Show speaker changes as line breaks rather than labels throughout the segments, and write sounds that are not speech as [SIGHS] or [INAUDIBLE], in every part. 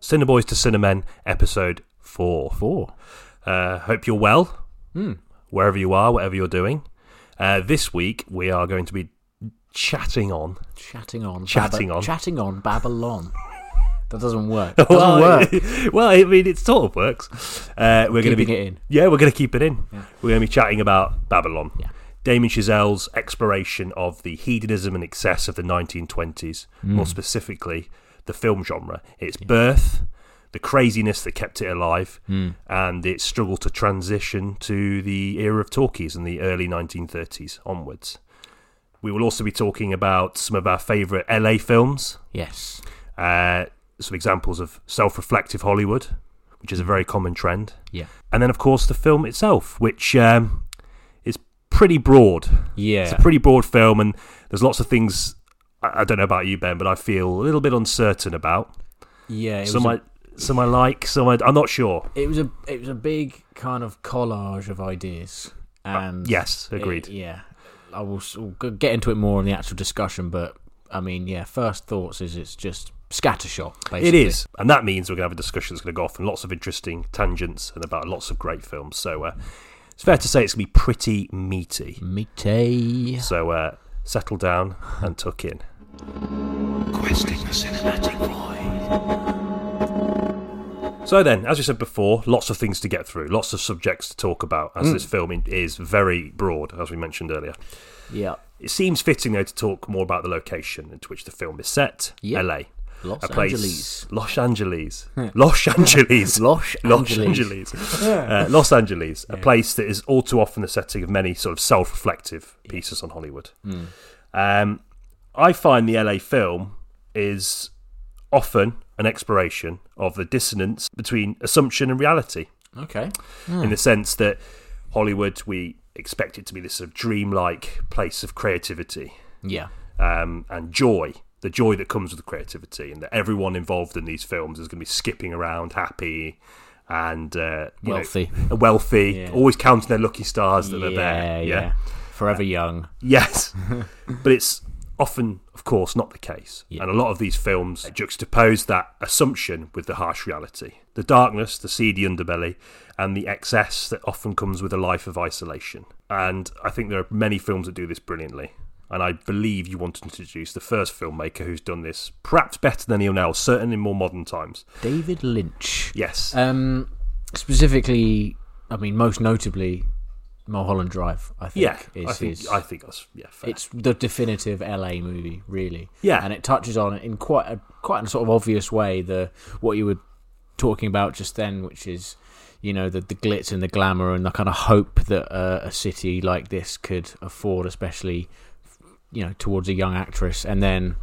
Cinnaboys to Cinemen, episode four.
Four.
Uh, hope you're well, wherever you are, whatever you're doing. Uh, this week, we are going to be chatting on.
Chatting on.
Chatting on.
Chatting on Babylon. that doesn't work.
[LAUGHS]
doesn't
well,
work.
[LAUGHS] well, I mean, it sort of works. Uh, we're going to
Keeping
be
it in.
Yeah, we're going to keep it in.
Yeah.
We're going to be chatting about Babylon.
Yeah.
Damien Chazelle's exploration of the hedonism and excess of the 1920s,
Mm.
more specifically the film genre, its birth, the craziness that kept it alive,
Mm.
and its struggle to transition to the era of talkies in the early 1930s onwards. We will also be talking about some of our favourite LA films,
Yes.
uh, some examples of self reflective Hollywood, which is a very common trend
Yeah.
and then of course the film itself, which um, is pretty broad. It's
Yeah.
a pretty broad film, and there's lots of things. I, I don't know about you, Ben, but I feel a little bit uncertain about
yeah. It was,
some.
a,
I some I like, some I, I'm not sure.
it was a it was a big kind of collage of ideas. And
Yes,
it-
Uh, agreed.
yeah. I will s- we'll go- get into it more in the actual discussion, but I mean, yeah. First thoughts is it's just scattershot. Basically.
It is, and that means we're going to have a discussion that's going to go off in lots of interesting tangents and about lots of great films. So uh, it's fair to say it's going to be pretty meaty.
Meaty.
[LAUGHS] So uh, settle down and tuck in.
Questing the cinematic void.
So then, as we said before, lots of things to get through, lots of subjects to talk about,
Hmm.
as this film in- is very broad, as we mentioned earlier.
Yeah.
It seems fitting, though, to talk more about the location into which the film is set,
Yeah.
LA.
Los
a place,
Angeles. Hmm.
Los Angeles, Los [LAUGHS] Angeles,
Los
Los
Angeles.
Angeles, Uh, Los Angeles, a place that is all too often the setting of many sort of self-reflective pieces on Hollywood. Um, I find the LA film is often an exploration of the dissonance between assumption and reality
Okay.
in the sense that Hollywood, we expect it to be this sort of dreamlike place of creativity
Yeah.
um, and joy, the joy that comes with creativity, and that everyone involved in these films is going to be skipping around happy and uh, you know,
Wealthy.
wealthy,
Yeah.
always counting their lucky stars that are
yeah,
there.
yeah. Forever young. [LAUGHS]
Yes. but it's often, of course, not the case. And a lot of these films juxtapose that assumption with the harsh reality the darkness, the seedy underbelly, and the excess that often comes with a life of isolation. And I think there are many films that do this brilliantly. And I believe you want to introduce the first filmmaker who's done this perhaps better than anyone else, certainly in more modern times.
David Lynch.
Yes.
Um, specifically, I mean, most notably, Mulholland Drive. I think.
yeah.
is,
I, think,
is-
I think that's yeah, fair.
it's the definitive LA movie, really.
Yeah.
and it touches on in quite a quite a sort of obvious way the what you were talking about just then, which is you know the the glitz and the glamour and the kind of hope that uh, a city like this could afford, especially you know towards a young actress, and then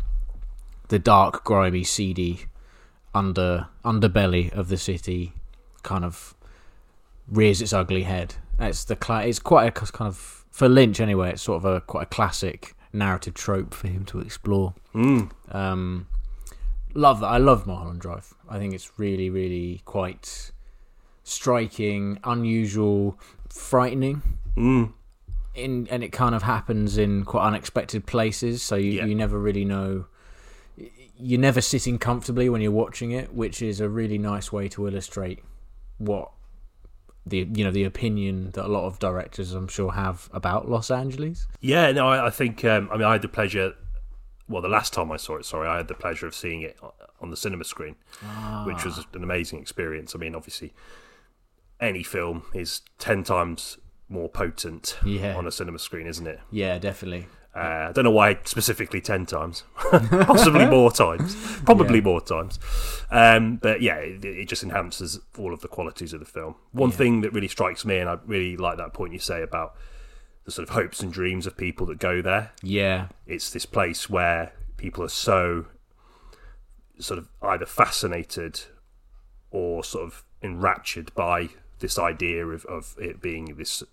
the dark, grimy, seedy under underbelly of the city kind of rears its ugly head. It's the cla- it's quite a c- kind of for Lynch anyway. It's sort of a quite a classic narrative trope for him to explore.
Mm.
Um, love that. I love Mulholland Drive. I think it's really, really quite striking, unusual, frightening.
Mm.
In and it kind of happens in quite unexpected places, so you,
Yeah.
you never really know. You're never sitting comfortably when you're watching it, which is a really nice way to illustrate what the you know the opinion that a lot of directors I'm sure have about Los Angeles.
Yeah, no, I, I think um, I mean I had the pleasure. Well, the last time I saw it, sorry, I had the pleasure of seeing it o- on the cinema screen, which was an amazing experience. I mean, obviously, any film is ten times more potent
Yeah.
on a cinema screen, isn't it?
Yeah, definitely.
Uh, I don't know why specifically ten times, [LAUGHS] possibly more times, probably more times. Um, but yeah, it, it just enhances all of the qualities of the film. One thing that really strikes me, and I really like that point you say about the sort of hopes and dreams of people that go there
Yeah,
it's this place where people are so sort of either fascinated or sort of enraptured by this idea of, of it being this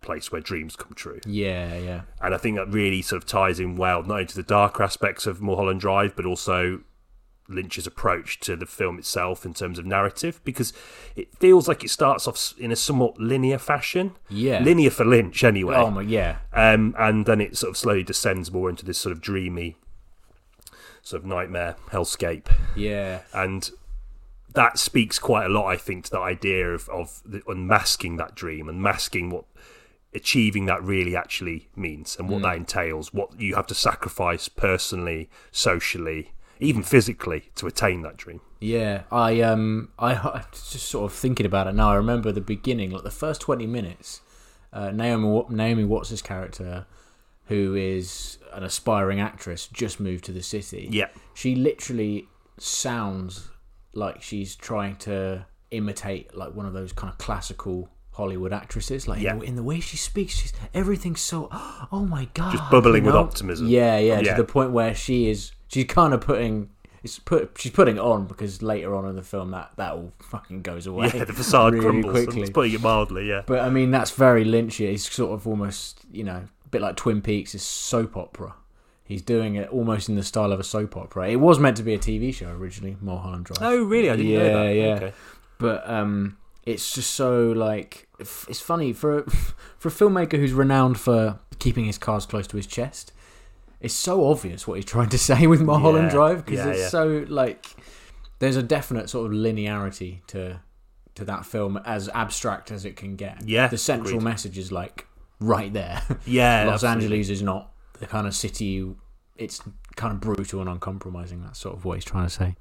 place where dreams come true.
yeah, yeah.
And I think that really sort of ties in well, not only to the darker aspects of Mulholland Drive, but also Lynch's approach to the film itself in terms of narrative, because it feels like it starts off s- in a somewhat linear fashion.
Yeah.
Linear for Lynch, anyway
Oh my, yeah.
um, and then it sort of slowly descends more into this sort of dreamy, sort of nightmare hellscape.
Yeah,
And that speaks quite a lot, I think, to the idea of, of the, unmasking that dream, unmasking what achieving that really actually means and what that entails, what you have to sacrifice personally, socially, even physically to attain that dream. [LAUGHS]
Yeah, I um, I [LAUGHS] I'm just sort of thinking about it now. I remember the beginning, like the first twenty minutes. Uh, Naomi Wa- Naomi Watts' character, who is an aspiring actress, just moved to the city.
Yeah.
she literally sounds like she's trying to imitate like one of those kind of classical Hollywood actresses. Like
Yeah.
in, the, in the way she speaks, she's everything's so. [GASPS] Oh my god!
Just bubbling
you
with
know?
optimism.
Yeah, yeah,
Yeah.
To the point where she is, she's kind of putting. It's put. She's putting it on because later on in the film, that that all fucking goes away.
Yeah, [LAUGHS] the facade
really
crumbles.
quickly.
It's putting it mildly, yeah.
[LAUGHS] But I mean, that's very Lynchy. He's sort of almost, you know, a bit like Twin Peaks is soap opera. He's doing it almost in the style of a soap opera. It was meant to be a TV show originally, Mulholland Drive.
Oh, really? I didn't know
Yeah,
that.
yeah.
Okay.
But um, it's just so like f- it's funny for a, [LAUGHS] for a filmmaker who's renowned for keeping his cards close to his chest. It's so obvious what he's trying to say with Mulholland
Yeah,
Drive because
yeah,
it's
yeah.
so like there's a definite sort of linearity to to that film as abstract as it can get.
Yeah,
the central
agreed.
message is like right there. [LAUGHS]
Yeah,
Los
absolutely.
Angeles is not the kind of city. You, it's kind of brutal and uncompromising. That's sort of what he's trying to say.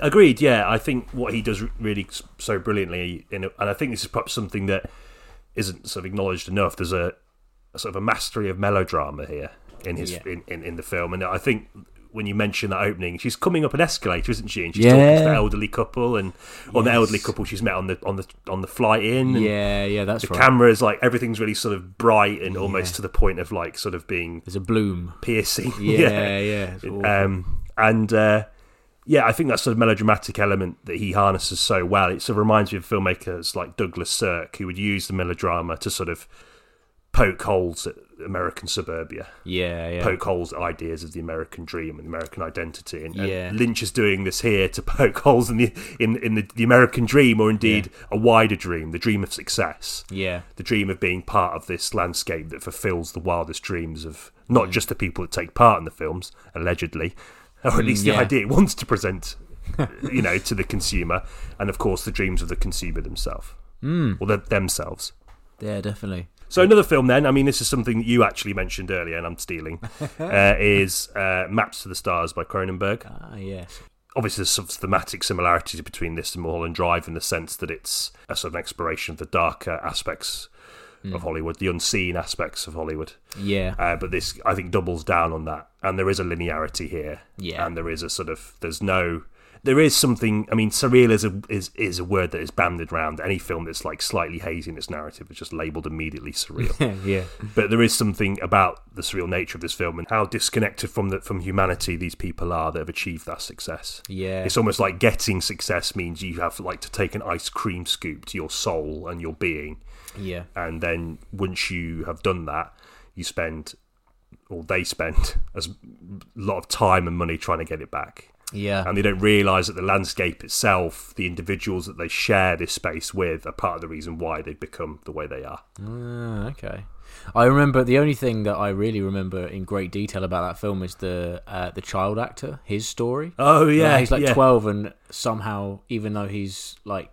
Agreed. Yeah, I think what he does really s- so brilliantly, in a, and I think this is perhaps something that isn't sort of acknowledged enough. There's a, a sort of a mastery of melodrama here in his
Yeah.
in, in, in the film, and I think when you mention that opening, she's coming up an escalator, isn't she? And she's talking to
Yeah.
the elderly couple, and or the
Yes.
elderly couple she's met on the on the on the flight in. And
Yeah, yeah, that's
The
right.
camera is like everything's really sort of bright and almost to the point of like sort of being
There's a bloom.
piercing. [LAUGHS]
Yeah, yeah. it's awful.
Um, and uh, yeah, I think that sort of melodramatic element that he harnesses so well. It sort of reminds me of filmmakers like Douglas Sirk, who would use the melodrama to sort of poke holes at American suburbia,
yeah, yeah.
poke holes at ideas of the American dream and the American identity. And, and
Yeah.
Lynch is doing this here to [LAUGHS] poke holes in the in, in the, the American dream, or indeed a wider dream, the dream of success
Yeah,
the dream of being part of this landscape that fulfills the wildest dreams of not just the people that take part in the films, allegedly, [LAUGHS] or at least
yeah.
the idea it wants to present, you know, to the consumer, and of course the dreams of the consumer themselves, mm. or the, themselves.
yeah, definitely.
So another film, then. I mean, this is something that you actually mentioned earlier, and I'm stealing. uh, is uh, Maps to the Stars by Cronenberg
Ah, yes.
obviously there's some thematic similarities between this and Mulholland Drive in the sense that it's a sort of exploration of the darker aspects of Hollywood, the unseen aspects of Hollywood.
Yeah,
[LAUGHS] Uh, but this, I think, doubles down on that, and there is a linearity here.
Yeah.
and there is a sort of there's no. There is something. I mean, surreal is a is, is a word that is banded around any film that's like slightly hazy in its narrative. It's just labelled
[LAUGHS]
immediately surreal.
yeah,
but there is something about the surreal nature of this film and how disconnected from the, from humanity these people are that have achieved that success.
yeah.
It's almost like getting success means you have like to take an ice cream scoop to your soul and your being,
yeah,
and then once you have done that, you spend or they spend [LAUGHS] as lot of time and money trying to get it back,
yeah,
and they don't realise that the landscape itself, the individuals that they share this space with, are part of the reason why they've become the way they are.
Ah, okay. I remember the only thing that I really remember in great detail about that film is the uh, the child actor, his story.
Oh yeah,
he's like
yeah.
twelve, and somehow, even though he's like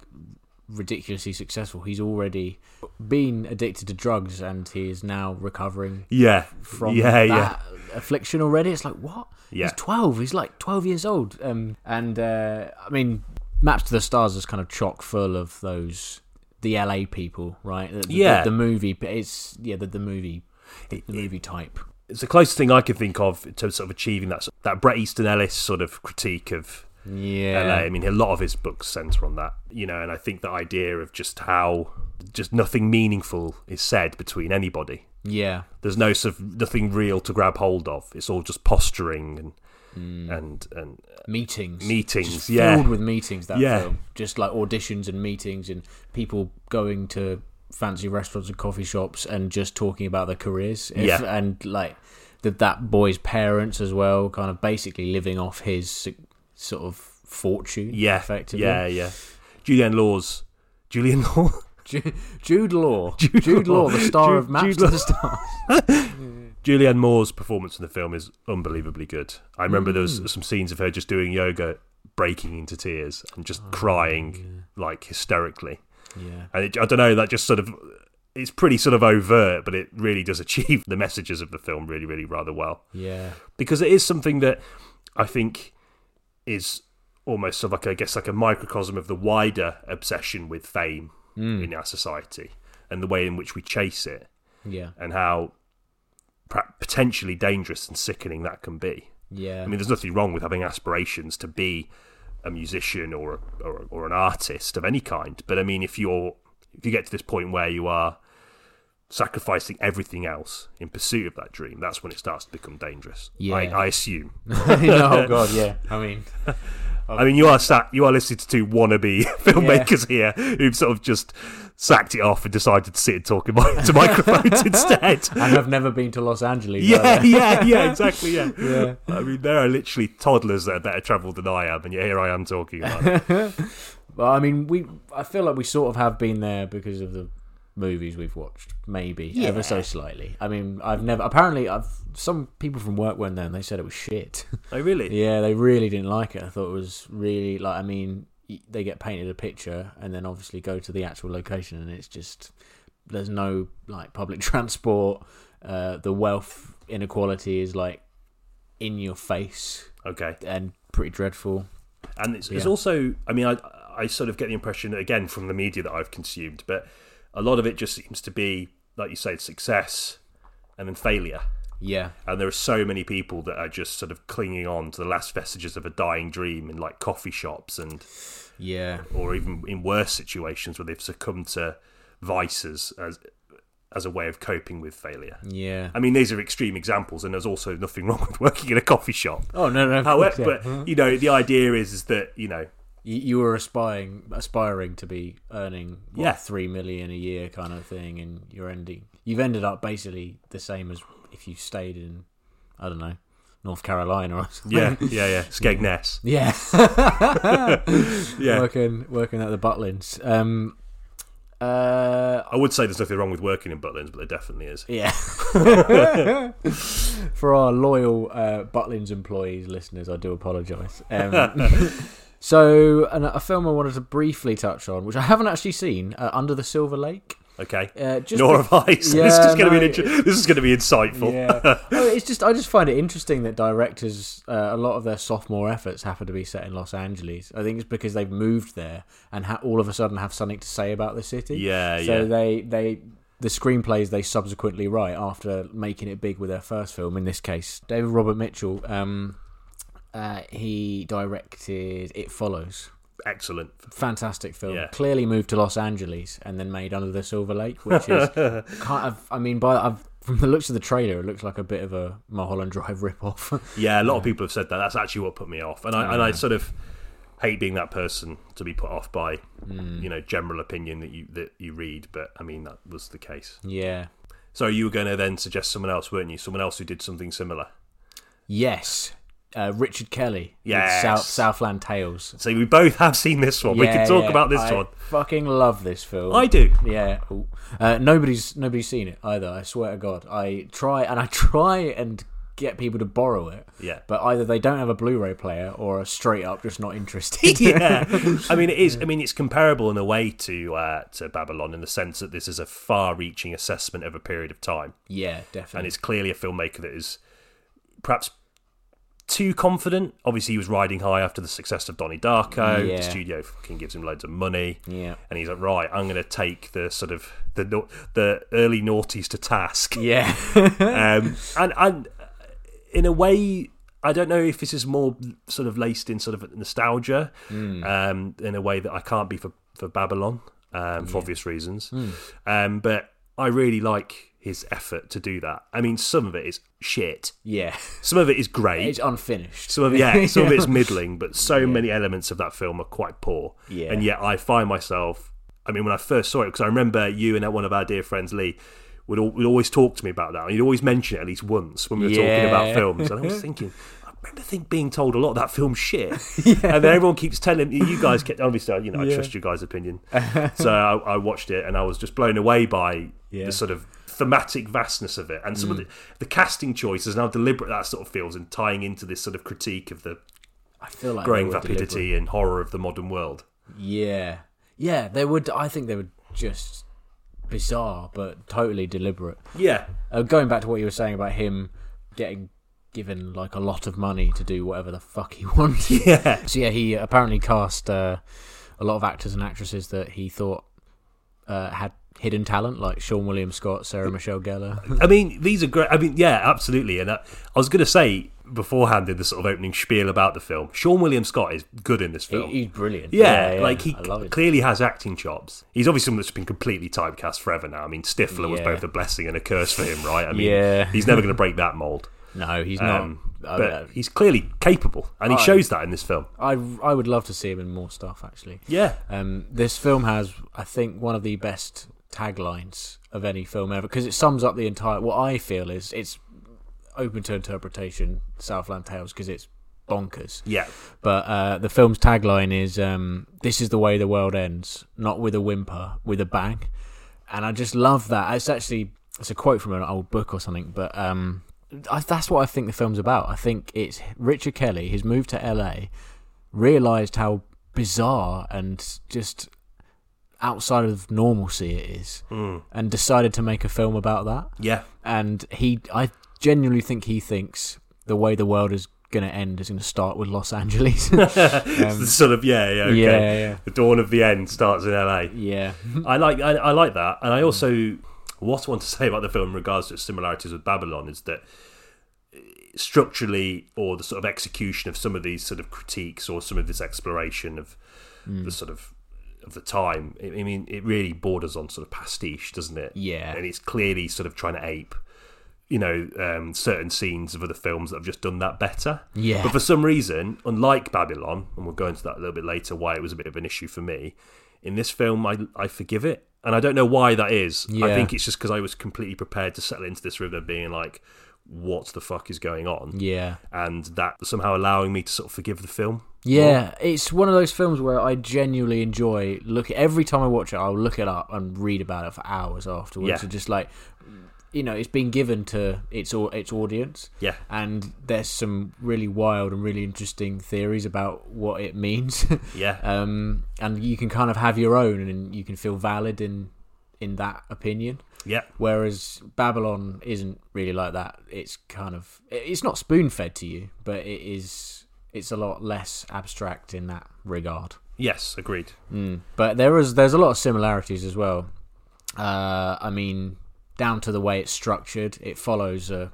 ridiculously successful, he's already been addicted to drugs, and he is now recovering
Yeah,
from
yeah,
that
yeah.
affliction already. It's like what?
Yeah.
He's twelve. He's like twelve years old. Um, and uh, I mean, Maps to the Stars is kind of chock full of those the LA people, right? The, the-
Yeah.
the, movie. It's yeah, the, the movie, the, the movie type.
It's the closest thing I can think of to sort of achieving that that Brett Easton Ellis sort of critique of
Yeah,
LA. I mean, a lot of his books center on that, you know, and I think the idea of just how just nothing meaningful is said between anybody.
yeah,
There's no sort of nothing real to grab hold of. It's all just posturing
Hmm.
and and and
meetings,
Meetings,
Just
yeah.
filled with meetings. That
Yeah.
film, just like auditions and meetings, and people going to fancy restaurants and coffee shops and just talking about their careers. If-
Yeah.
and like that that boy's parents as well, kind of basically living off his su- sort of fortune.
yeah,
effectively.
yeah, yeah. Julian Law's Julian [LAUGHS] Law.
[LAUGHS] Ju- Jude
[LAUGHS]
Law, Jude, Law, the star
Jude-
of Maps
Jude
to
Law.
the Stars. [LAUGHS]
Julianne
Hmm.
Moore's performance in the film is unbelievably good. I remember there was some scenes of her just doing yoga breaking into tears and
Oh,
just crying like hysterically.
Yeah.
And it, I don't know, that just sort of it's pretty sort of overt, but it really does [LAUGHS] achieve the messages of the film really, really rather well
Yeah.
because it is something that I think is almost sort of like I guess like a microcosm of the wider obsession with fame in our society and the way in which we chase it
Yeah.
and how pra- potentially dangerous and sickening that can be.
Yeah.
I mean, there's nothing wrong with having aspirations to be a musician or a, or, or an artist of any kind, but I mean, if you're if you get to this point where you are sacrificing everything else in pursuit of that dream, that's when it starts to become dangerous.
Yeah.
I, I
[LAUGHS]
assume. [LAUGHS]
oh god, yeah. I mean,
I mean, you are sat, you are listening to two wannabe [LAUGHS] filmmakers here who've sort of just sacked it off and decided to sit and talk in mi-
[LAUGHS]
to microphones instead.
and I've never been to Los Angeles.
Yeah,
either.
[LAUGHS] yeah, yeah, exactly. Yeah.
Yeah.
I mean, there are literally toddlers that are better travelled than I am, and yet here I am talking about it.
But I mean, we I feel like we sort of have been there because of the movies we've watched, maybe ever so slightly. I mean, I've never. Apparently, I've some people from work went there and they said it was shit. [LAUGHS]
Oh, really?
yeah, they really didn't like it. I thought it was really like. I mean, y- they get painted a picture and then obviously go to the actual location and it's just there's no like public [LAUGHS] transport. Uh, the wealth inequality is like in your face
Okay.
and pretty dreadful.
And it's, it's
Yeah.
also, I mean, I, I sort of get the impression, again, from the media that I've consumed, but a lot of it just seems to be, like you say, success and then failure.
Yeah,
and there are so many people that are just sort of clinging on to the last vestiges of a dying dream in like coffee shops and
yeah,
or even in worse situations where they've succumbed to vices as as a way of coping with failure.
yeah.
I mean, these are extreme examples, and there's also nothing [LAUGHS] wrong with working in a coffee shop.
Oh no, no.
However,
yeah.
but you know, the idea is is that you know,
you, you were aspiring, aspiring to be earning what,
Yeah.
three million a year kind of thing, and you're ending. You've ended up basically the same as if you stayed in, I don't know, North Carolina or something. [LAUGHS]
yeah, yeah, yeah, Skegness,
Yeah, [LAUGHS]
yeah.
working working at the Butlins. Um, uh,
I would say there's nothing wrong with working in Butlins, but there definitely is.
yeah. [LAUGHS] For our loyal uh, Butlins employees, listeners, I do apologise.
[LAUGHS]
Um, so, and a film I wanted to briefly touch on, which I haven't actually seen, uh, Under the Silver Lake.
Okay,
Uh, just
nor
be-
have I. [LAUGHS] So this
Yeah,
is going to be
no,
an inter- this is going to be insightful. [LAUGHS]
Yeah, no, it's just I just find it interesting that directors uh, a lot of their sophomore efforts happen to be set in Los Angeles. I think it's because they've moved there and ha- all of a sudden have something to say about the city.
Yeah,
so
yeah.
they they the screenplays they subsequently write after making it big with their first film. In this case, David Robert Mitchell. Um, uh, he directed It Follows.
Excellent.
Fantastic film.
Yeah.
Clearly moved to Los Angeles and then made Under the Silver Lake, which
[LAUGHS]
is kind of. I mean, by I've, from the looks of the trailer, it looks like a bit of a Mulholland Drive [LAUGHS] ripoff.
Yeah, a lot of people have said that. That's actually what put me off, and I and I sort of hate being that person to be put off by
Hmm.
you know general opinion that you that you read. But I mean that was the case.
yeah.
So you were going to then suggest someone else, weren't you? Someone else who did something similar.
Yes. Uh, Richard Kelly. with
Yes.
South, Southland Tales.
So we both have seen this one. we
Yeah,
can talk
yeah.
about this
I
one.
Fucking love this film.
I do.
Yeah. Ooh. Uh, nobody's nobody's seen it either. I swear to God. I try and I [LAUGHS] try and get people to borrow it.
Yeah.
But either they don't have a Blu-ray player or are straight up just not interested.
[LAUGHS]
[LAUGHS]
yeah, I mean it is. I mean it's comparable in a way to uh, to Babylon in the sense that this is a far-reaching assessment of a period of time.
yeah,
and
definitely.
it's clearly a filmmaker that is perhaps too confident. Obviously, he was riding high after the success of Donnie Darko.
Yeah.
The studio fucking gives him loads of money,
yeah.
and he's like, "Right, I'm going to take the sort of the nau- the early noughties to task."
Yeah.
[LAUGHS] um, and and uh, in a way, I don't know if this is more sort of laced in sort of nostalgia, um, in a way that I can't be for for Babylon um, for obvious reasons. Um, but I really like his effort to do that. I mean, some of it is shit.
yeah.
Some of it is great.
It's unfinished.
Some of yeah,
[LAUGHS]
some of it's middling, but so many elements of that film are quite poor.
Yeah.
And yet I find myself I mean when I first saw it because I remember you and one of our dear friends Lee would, al- would always talk to me about that. And you'd always mention it at least once when we were talking
Yeah.
about films. And I
[LAUGHS]
was thinking, I remember think being told a lot of that film's shit. And then everyone keeps telling me, you guys kept, obviously, you know, I trust you
[LAUGHS]
guys' opinion. so I, I watched it and I was just blown away by
Yeah. Mm.
the sort of thematic vastness of it and some of the, the casting choices and how deliberate that sort of feels and tying into this sort of critique of the
I feel like
growing
they were Oh, deliberate.
vapidity and horror of the modern world.
Yeah, yeah, they would. I think they were just bizarre, but totally deliberate.
Yeah,
Uh, going back to what you were saying about him getting given like a lot of money to do whatever the fuck he [LAUGHS] wanted.
[LAUGHS] yeah,
So yeah, he apparently cast uh, a lot of actors and actresses that he thought uh, had hidden talent, like Sean William Scott, Sarah Michelle Gellar.
I mean, these are great. I mean, yeah, absolutely. And I, I was going to say beforehand in the sort of opening spiel about the film, Sean William Scott is good in this
He-
film.
he's brilliant.
yeah, like he
I love it.
clearly has acting chops. He's obviously someone that's been completely typecast forever now. I mean, Stifler was
Yeah.
both a blessing and a curse for him, right? I mean,
Yeah.
he's never going to break
[LAUGHS]
that mold.
No, he's not.
Um,
I,
but he's clearly capable, and he
I-
shows that in this film.
I I would love to see him in more stuff actually.
Yeah,
Um, this film has, I think, one of the best taglines of any film ever because it sums up the entire. What I feel is it's open to interpretation. Southland Tales because it's bonkers.
yeah,
But uh, the film's tagline is um, "This is the way the world ends, not with a whimper, with a bang," and I just love that. It's actually it's a quote from an old book or something, but um, I, that's what I think the film's about. I think it's Richard Kelly, his move to LA, realized how bizarre and just outside of normalcy it is, and decided to make a film about that
yeah.
and he i genuinely think he thinks the way the world is going to end is going to start with los angeles
[LAUGHS] It's the sort of yeah, yeah,
[LAUGHS]
okay.
Um, yeah, yeah.
The dawn of the end starts in LA.
yeah
[LAUGHS] I like I, I like that, and I also what I want to [LAUGHS] say about the film in regards to its similarities with Babylon is that eh, structurally or the sort of execution of some of these sort of critiques or some of this exploration of the sort of of the time. I I mean, it really borders on sort of pastiche, doesn't it?
Yeah.
and it's clearly sort of trying to ape. You know, um, certain scenes of other films that have just done that better.
Yeah.
But for some reason, unlike Babylon, and we'll go into that a little bit later, why it was a bit of an issue for me, in this film, I, I forgive it. And I don't know why that is. I
Yeah.
think it's just because I was completely prepared to settle into this rhythm of being like, what the fuck is going on?
yeah
And that somehow allowing me to sort of forgive the film.
yeah it's one of those films where i genuinely enjoy look every time i watch it i'll look it up and read about it for hours afterwards
Yeah.
and just like you know it's been given to its au- its audience
Yeah.
and there's some really wild and really interesting theories about what it means [LAUGHS]
Yeah.
um, and you can kind of have your own, and you can feel valid in in that opinion.
yeah.
Whereas Babylon isn't really like that. It's kind of it- it's not spoon fed to you, but it is. It's a lot less abstract in that regard.
Yes. Agreed.
But there is there's a lot of similarities as well. Uh, I mean, down to the way it's structured, it follows a,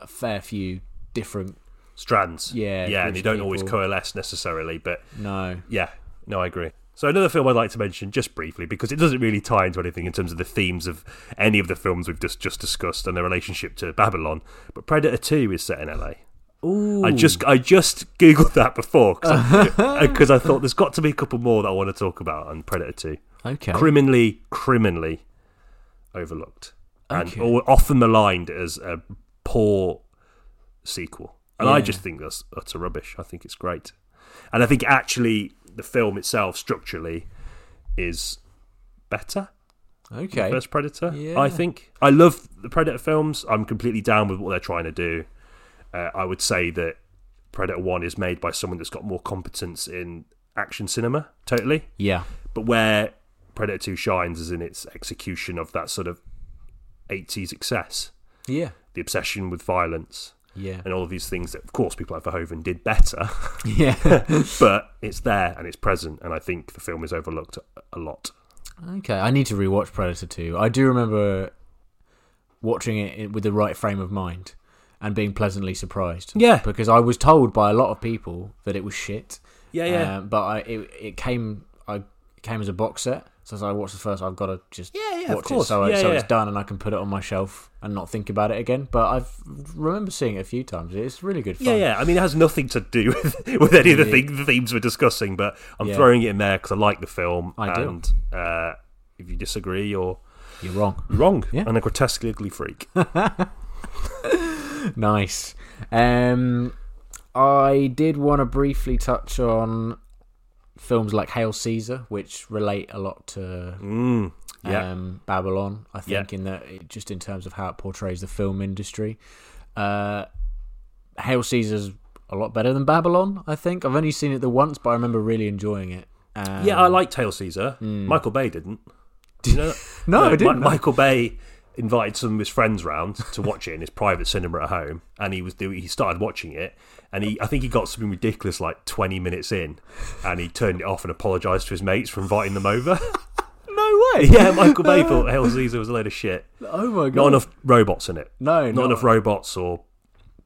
a fair few different.
Strands.
Yeah,
Yeah. And
groups
they
of
don't always
people.
coalesce necessarily, but
No,
Yeah, no, I agree. So another film I'd like to mention just briefly because it doesn't really tie into anything in terms of the themes of any of the films we've just just discussed and their relationship to Babylon. But Predator Two is set in LA.
Ooh.
I just I just [LAUGHS] googled that before because I [LAUGHS] thought there's got to be a couple more that I want to talk about on Predator Two.
okay.
Criminally, criminally overlooked and
Okay.
or often maligned as a poor sequel. And I
Yeah.
just think that's utter rubbish. I think it's great, and I think actually the film itself structurally is better.
okay.
First Predator,
Yeah.
I think I love the Predator films. I'm completely down with what they're trying to do. Uh, I would say that Predator One is made by someone that's got more competence in action cinema. Totally,
Yeah.
but where Predator 2 shines is in its execution of that sort of 80s excess,
Yeah.
the obsession with violence,
[LAUGHS] Yeah.
and all of these things that, of course, people like Verhoeven did better, [LAUGHS]
Yeah.
but it's there and it's present, and I think the film is overlooked a- a lot.
Okay, I need to rewatch Predator 2. I do remember watching it in- with the right frame of mind and being pleasantly surprised.
Yeah.
Because I was told by a lot of people that it was shit.
Yeah,
Uh, but I it, it came I it came as a box set. So as I watched the first, I've got to just
Yeah, yeah, of
watch
course.
it so, I-
Yeah,
so
yeah.
it's done and I can put it on my shelf and not think about it again. But I remember seeing it a few times. It's really good fun.
Yeah, yeah. I mean, it has nothing to do [LAUGHS] with, with any of the, thing, the themes we're discussing, but I'm
Yeah.
throwing it in there because I like the film.
I do.
and Uh, if you disagree, you're
You're wrong.
wrong
Yeah.
and a grotesquely ugly freak.
Nice. Um, I did want to briefly touch on films like Hail Caesar, which relate a lot to
Mm, yeah.
um, Babylon. I
Yeah.
think in that, it, just in terms of how it portrays the film industry, uh, Hail Caesar's a lot better than Babylon. I think I've only seen it the once, but I remember really enjoying it. Um, Hmm.
yeah, I like Tail Caesar. Michael Bay didn't.
[LAUGHS]
Did you know that?
No, I didn't.
Mi- Michael Bay invited some of his friends round to watch it in his private cinema at home, and he was doing. He started watching it, and he I think he got something ridiculous like twenty minutes in, and he turned it off and apologised to his mates for inviting
[LAUGHS]
them over. [LAUGHS]
no way.
yeah, Michael Bay thought Hail Caesar was a load of shit.
Oh my god.
Not enough robots in it.
No,
not
no.
enough robots or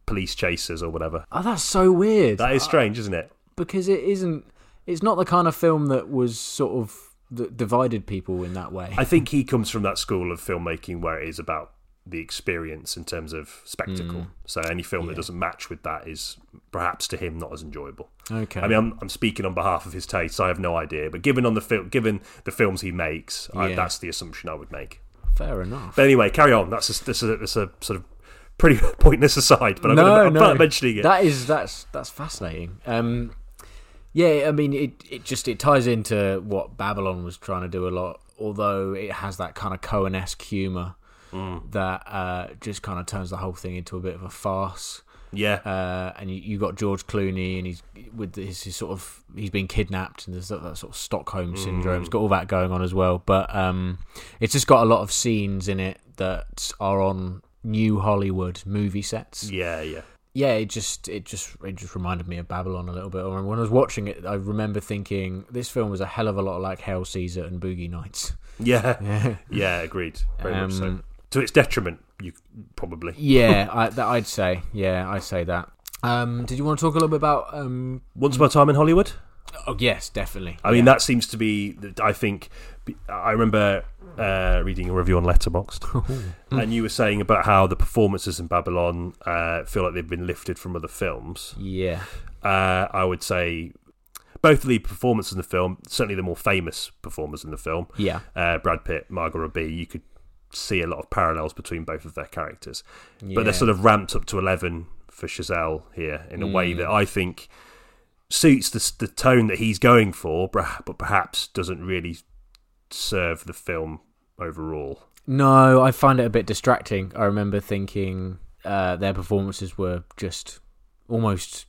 police chasers or whatever.
Oh, that's so weird.
That is strange, isn't it?
because it isn't. It's not the kind of film that was sort of that divided people in that way.
I think he comes from that school of filmmaking where it is about the experience in terms of spectacle.
Mm.
So any film that doesn't match with that is perhaps to him not as enjoyable.
okay.
I mean, I'm, I'm speaking on behalf of his tastes. I have no idea, but given on the fil- given the films he makes, I,
Yeah.
that's the assumption I would make.
fair enough.
But anyway, carry on. That's a, that's a, that's a sort of pretty [LAUGHS] pointless aside, but I'm, gonna, I'm not mentioning it.
That is that's that's fascinating. Um, yeah, I mean it it just it ties into what Babylon was trying to do a lot, although it has that kind of Cohen-esque humor
Mm.
that uh, just kind of turns the whole thing into a bit of a farce.
yeah,
Uh, and you, you got George Clooney, and he's with his, his sort of he's been kidnapped, and there's that, that sort of Stockholm
Mm.
syndrome. It's got all that going on as well, but um, it's just got a lot of scenes in it that are on new Hollywood movie sets
yeah, yeah.
yeah, it just it just it just reminded me of Babylon a little bit. Or when I was watching it, I remember thinking this film was a hell of a lot like Hail Caesar and Boogie Nights. [LAUGHS]
Yeah, yeah, agreed. Very much so.
Um,
To its detriment, you probably.
Yeah, I, that I'd say. Yeah, I say that. Um, did you want to talk a little bit about? Um,
Once upon a time in Hollywood.
oh yes, definitely.
I mean, that seems to be. I think I remember uh, reading a review on Letterboxd, [LAUGHS] and you were saying about how the performances in Babylon uh, feel like they've been lifted from other films.
yeah,
Uh, I would say both of the performances in the film, certainly the more famous performers in the film,
yeah,
uh, Brad Pitt, Margot Robbie, you could see a lot of parallels between both of their characters. But
Yeah.
they're sort of ramped up to 11 for Chazelle here in a way
Mm.
that I think suits the, the tone that he's going for, perha- but perhaps doesn't really serve the film overall.
No, I find it a bit distracting. I remember thinking uh, their performances were just almost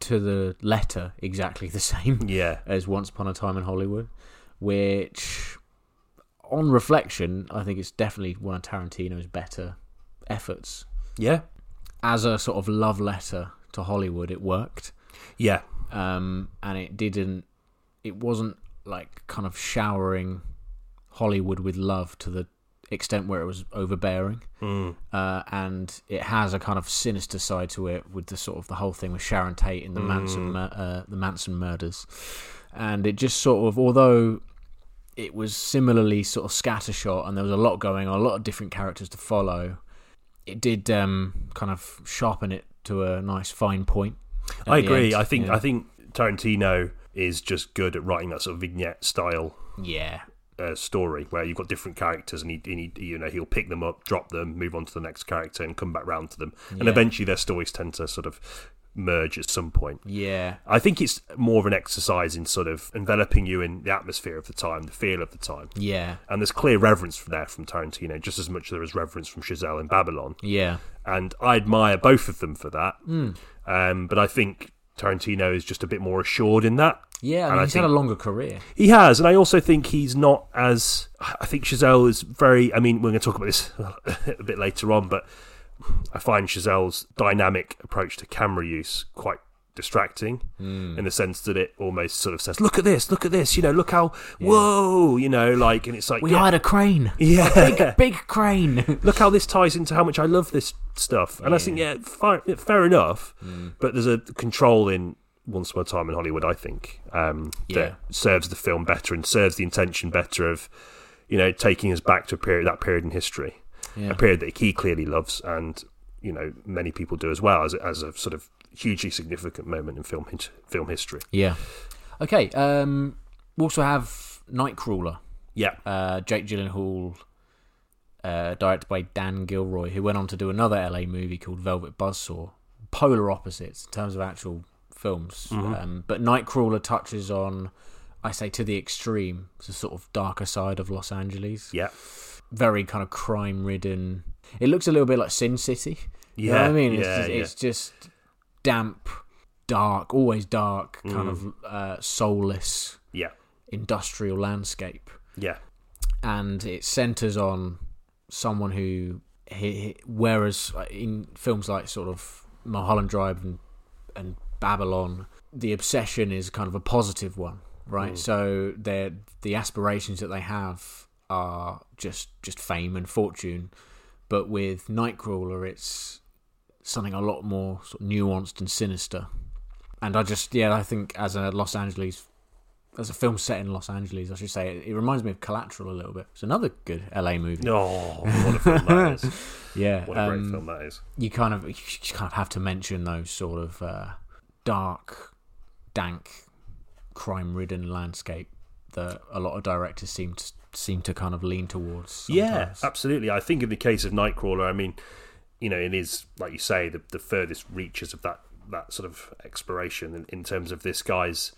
to the letter exactly [LAUGHS] the same.
Yeah.
as Once Upon a Time in Hollywood, which, on reflection, I think it's definitely one of Tarantino's better efforts.
Yeah.
As a sort of love letter to Hollywood, it worked,
Yeah.
um, and it didn't. It wasn't like kind of showering Hollywood with love to the extent where it was overbearing. Uh, and it has a kind of sinister side to it with the sort of the whole thing with Sharon Tate and the
Mm.
Manson mur- uh, the Manson murders, and it just sort of although it was similarly sort of scattershot and there was a lot going on, a lot of different characters to follow, it did um, kind of sharpen it to a nice fine point. at
I
the
agree.
end.
I think
yeah.
I think Tarantino is just good at writing that sort of vignette style
yeah.
uh, story where you've got different characters and he, and he you know he'll pick them up drop them move on to the next character and come back round to them and
Yeah.
eventually their stories tend to sort of merge at some point
Yeah,
i think it's more of an exercise in sort of enveloping you in the atmosphere of the time the feel of the time
yeah,
and there's clear reverence from there from tarantino just as much as there is reverence from chazelle in babylon
yeah,
and i admire both of them for that um, but i think tarantino is just a bit more assured in that
yeah. I
And
mean,
I
he's had a longer career.
he has, and I also think he's not as. I think Chazelle is very. I mean, we're going to talk about this [LAUGHS] a bit later on, but I find Chazelle's dynamic approach to camera use quite distracting
Hmm.
in the sense that it almost sort of says, "Look at this, look at this," you know, look how whoa, you know, like, and it's like,
We
yeah,
hired a crane,
[LAUGHS]
[LAUGHS]
yeah.
big crane.
look how this ties into how much I love this stuff, and I think yeah, fair, fair enough,
Mm.
but there's a control in. Once upon a time in Hollywood, I think, um,
Yeah.
that serves the film better and serves the intention better of, you know, taking us back to a period that period in history,
[LAUGHS] Yeah.
a period that he clearly loves, and you know, many people do as well as as a sort of hugely significant moment in film his- film history.
Yeah. Okay. Um, we also have Nightcrawler,
Yeah,
uh, Jake Gyllenhaal, uh, directed by Dan Gilroy, who went on to do another LA movie called Velvet Buzzsaw. Polar opposites in terms of actual films, um, but Nightcrawler touches on, I say, to the extreme, the sort of darker side of Los Angeles.
yeah,
Very kind of crime ridden. It looks a little bit like Sin City. You know
Yeah,
what I mean,
yeah,
it's, just,
yeah.
it's just damp, dark, always dark, kind of
Mm.
uh, soulless
Yeah.
industrial landscape,
Yeah.
and it centers on someone who, he, he- whereas like, in films like sort of Mulholland Drive and and Babylon, the obsession is kind of a positive one, right? So they the aspirations that they have are just just fame and fortune, but with Nightcrawler, it's something a lot more sort of nuanced and sinister. And I just yeah, I think as a Los Angeles, as a film set in Los Angeles, I should say it, it reminds me of Collateral a little bit. It's another good LA movie.
Oh, what a film that
[LAUGHS]
is.
Yeah,
What a great
um,
film that is.
you kind of you just kind of have to mention those sort of uh, dark, dank, crime-ridden landscape that a lot of directors seem to seem to kind of lean towards.
Yeah, uh,
sometimes.
absolutely. I think in the case of Nightcrawler, I mean, you know, it is like you say the the furthest reaches of that that sort of exploration in, in terms of this guy's.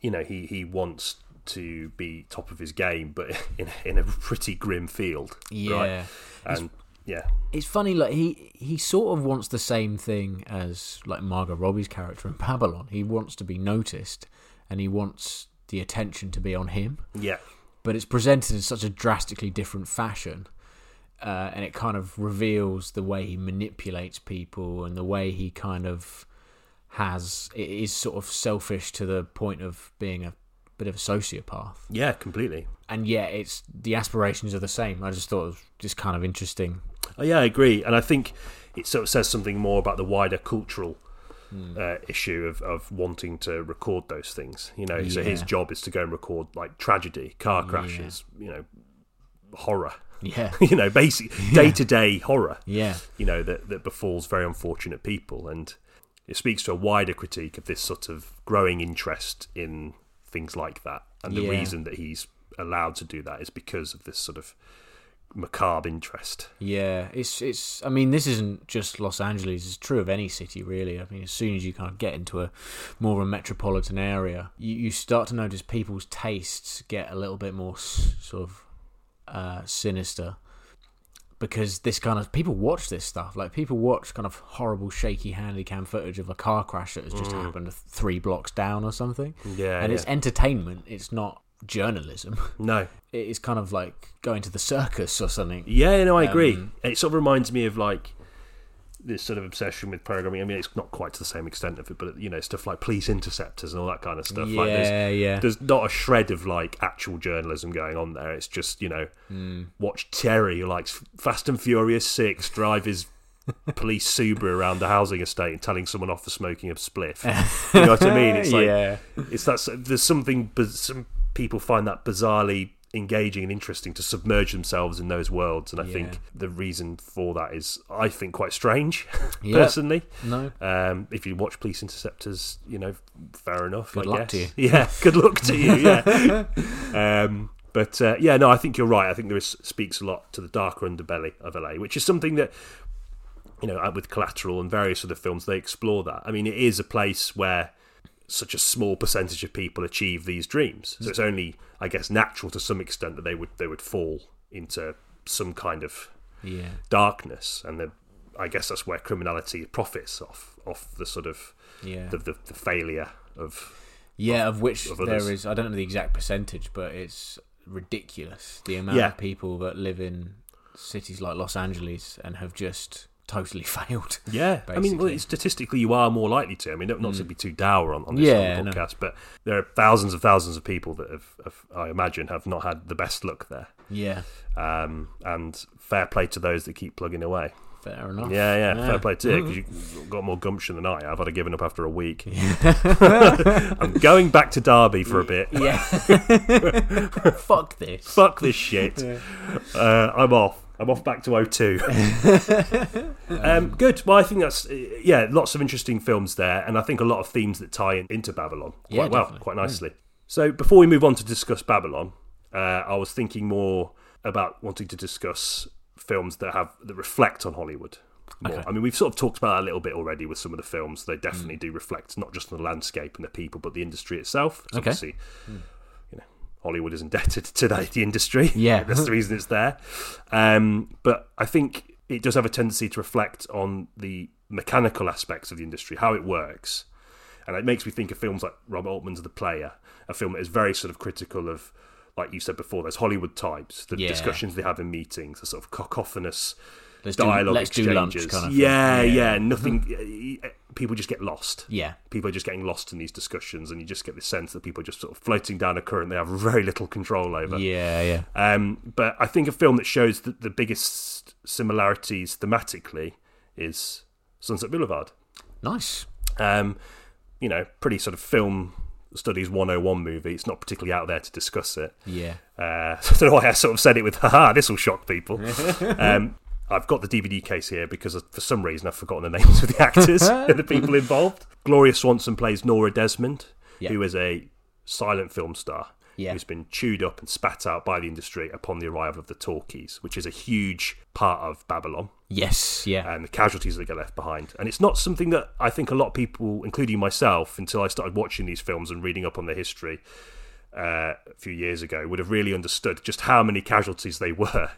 You know, he he wants to be top of his game, but [LAUGHS] in in a pretty grim field.
yeah.
right? and yeah,
It's funny, like he he sort of wants the same thing as like Margot Robbie's character in [LAUGHS] Babylon. He wants to be noticed, and he wants the attention to be on him.
yeah,
but it's presented in such a drastically different fashion. Uh, and it kind of reveals the way he manipulates people and the way he kind of has it is sort of selfish to the point of being a bit of a sociopath.
yeah, completely.
And yet, it's the aspirations are the same. I just thought it was just kind of interesting.
Oh, yeah, I agree, and I think it sort of says something more about the wider cultural uh, issue of, of wanting to record those things. You know, so his
Yeah.
job is to go and record like tragedy, car crashes, you know, horror. [LAUGHS]
Yeah,
You know, basic day to day horror.
yeah,
You know that that befalls very unfortunate people, and it speaks to a wider critique of this sort of growing interest in things like that. And the
Yeah.
reason that he's allowed to do that is because of this sort of macabre interest.
yeah. It's it's. I mean, this isn't just Los Angeles. It's true of any city, really. I mean, as soon as you kind of get into a more of a metropolitan area, you, you start to notice people's tastes get a little bit more s- sort of uh, sinister because this kind of people watch this stuff. Like people watch kind of horrible shaky handy cam footage of a car crash that has just happened three blocks down or something,
Mm. Yeah,
and it's entertainment. It's not journalism. [LAUGHS]
no,
It is kind of like going to the circus or something.
Yeah, no, I agree.
Um,
it sort of reminds me of like this sort of obsession with programming. I mean, it's not quite to the same extent of it, but you know, stuff like police interceptors and all that kind of stuff. Like, there's,
yeah, yeah.
there's not a shred of like actual journalism going on there. It's just you know,
Mm.
watch Terry who likes Fast and Furious Six drive his police Subaru around the housing estate and telling someone off for smoking a spliff. you know what I mean?
[LAUGHS]
It's like
yeah,
it's that s- there's something biz- some people find that bizarrely engaging and interesting to submerge themselves in those worlds and i
Yeah.
think the reason for that is i think quite strange [LAUGHS]
Yeah.
personally
no,
um if you watch police interceptors you know fair enough
Good
I
luck
guess. [LAUGHS] yeah good luck to
[LAUGHS]
you yeah um but uh, yeah no i think you're right i think there is, speaks a lot to the darker underbelly of la which is something that you know uh, with collateral and various other films they explore that i mean it is a place where such a small percentage of people achieve these dreams. So it's only, I guess, natural to some extent that they would they would fall into some kind of
yeah,
darkness, and the, I guess that's where criminality profits off off the sort of
yeah,
the, the, the failure of
yeah. Of which
of others.
there is, I don't know the exact percentage, but it's ridiculous the amount
Yeah.
of people that live in cities like Los Angeles and have just totally [LAUGHS] failed.
Yeah, I mean, well,
basically. Mm.
statistically, you are more likely to. I mean, not, not to be too dour on, on this
Yeah,
on
no.
the podcast, but there are thousands and thousands of people that have, have, I imagine, have not had the best luck there.
Yeah,
Um, and fair play to those that keep plugging away.
fair enough. [LAUGHS]
Yeah, yeah, fair
Yeah. Mm-hmm.
play to you 'cause you've got more gumption than I have. I'd have given up after a
[LAUGHS]
week. I'm going back to Derby for a bit. [LAUGHS]
yeah. Fuck this.
Fuck this shit. Uh, I'm off. I'm off back to O2. um, good. Well, I think that's uh, yeah, lots of interesting films there, and I think a lot of themes that tie in, into Babylon quite
Yeah,
well,
definitely.
quite nicely. So before we move on to discuss Babylon, uh, I was thinking more about wanting to discuss films that have that reflect on Hollywood. More.
Okay. Mm.
I mean, we've sort of talked about that a little bit already with some of the films. They definitely do reflect not just on the landscape and the people, but the industry itself. It's
Okay.
Obviously, Hollywood is indebted [LAUGHS] to the, the industry.
Yeah.
[LAUGHS] that's the reason it's there. Um, but I think it does have a tendency to reflect on the mechanical aspects of the industry, how it works. And it makes me think of films like Rob Altman's The Player, a film that is very sort of critical of, like you said before, those Hollywood types, the
Yeah.
discussions they have in meetings, the sort of cacophonous
Let's do-
dialogue
let's do
exchanges.
lunch kind of thing.
yeah,
Yeah. [LAUGHS]
yeah, nothing. people just get lost.
Yeah.
People are just getting lost in these discussions, and you just get this sense that people are just sort of floating down a current they have very little control over.
Yeah, yeah.
Um, but I think a film that shows the, the biggest similarities thematically is Sunset Boulevard.
Nice.
Um, you know, pretty sort of film studies 101 movie. It's not particularly out there to discuss it.
Yeah.
Uh, [LAUGHS] I don't know why I sort of said it with, haha, this will
[LAUGHS]
shock people. um, I've got the DVD case here because for some reason I've forgotten the [LAUGHS] names of the actors
[LAUGHS]
and the people involved. Gloria Swanson plays Nora Desmond,
Yeah.
who is a silent film star
Yeah.
who's been chewed up and spat out by the industry upon the arrival of the Talkies, which is a huge part of Babylon
Yes, yeah.
and the casualties that get left behind. And it's not something that I think a lot of people, including myself, until I started watching these films and reading up on their history uh, a few years ago, would have really understood just how many casualties they were.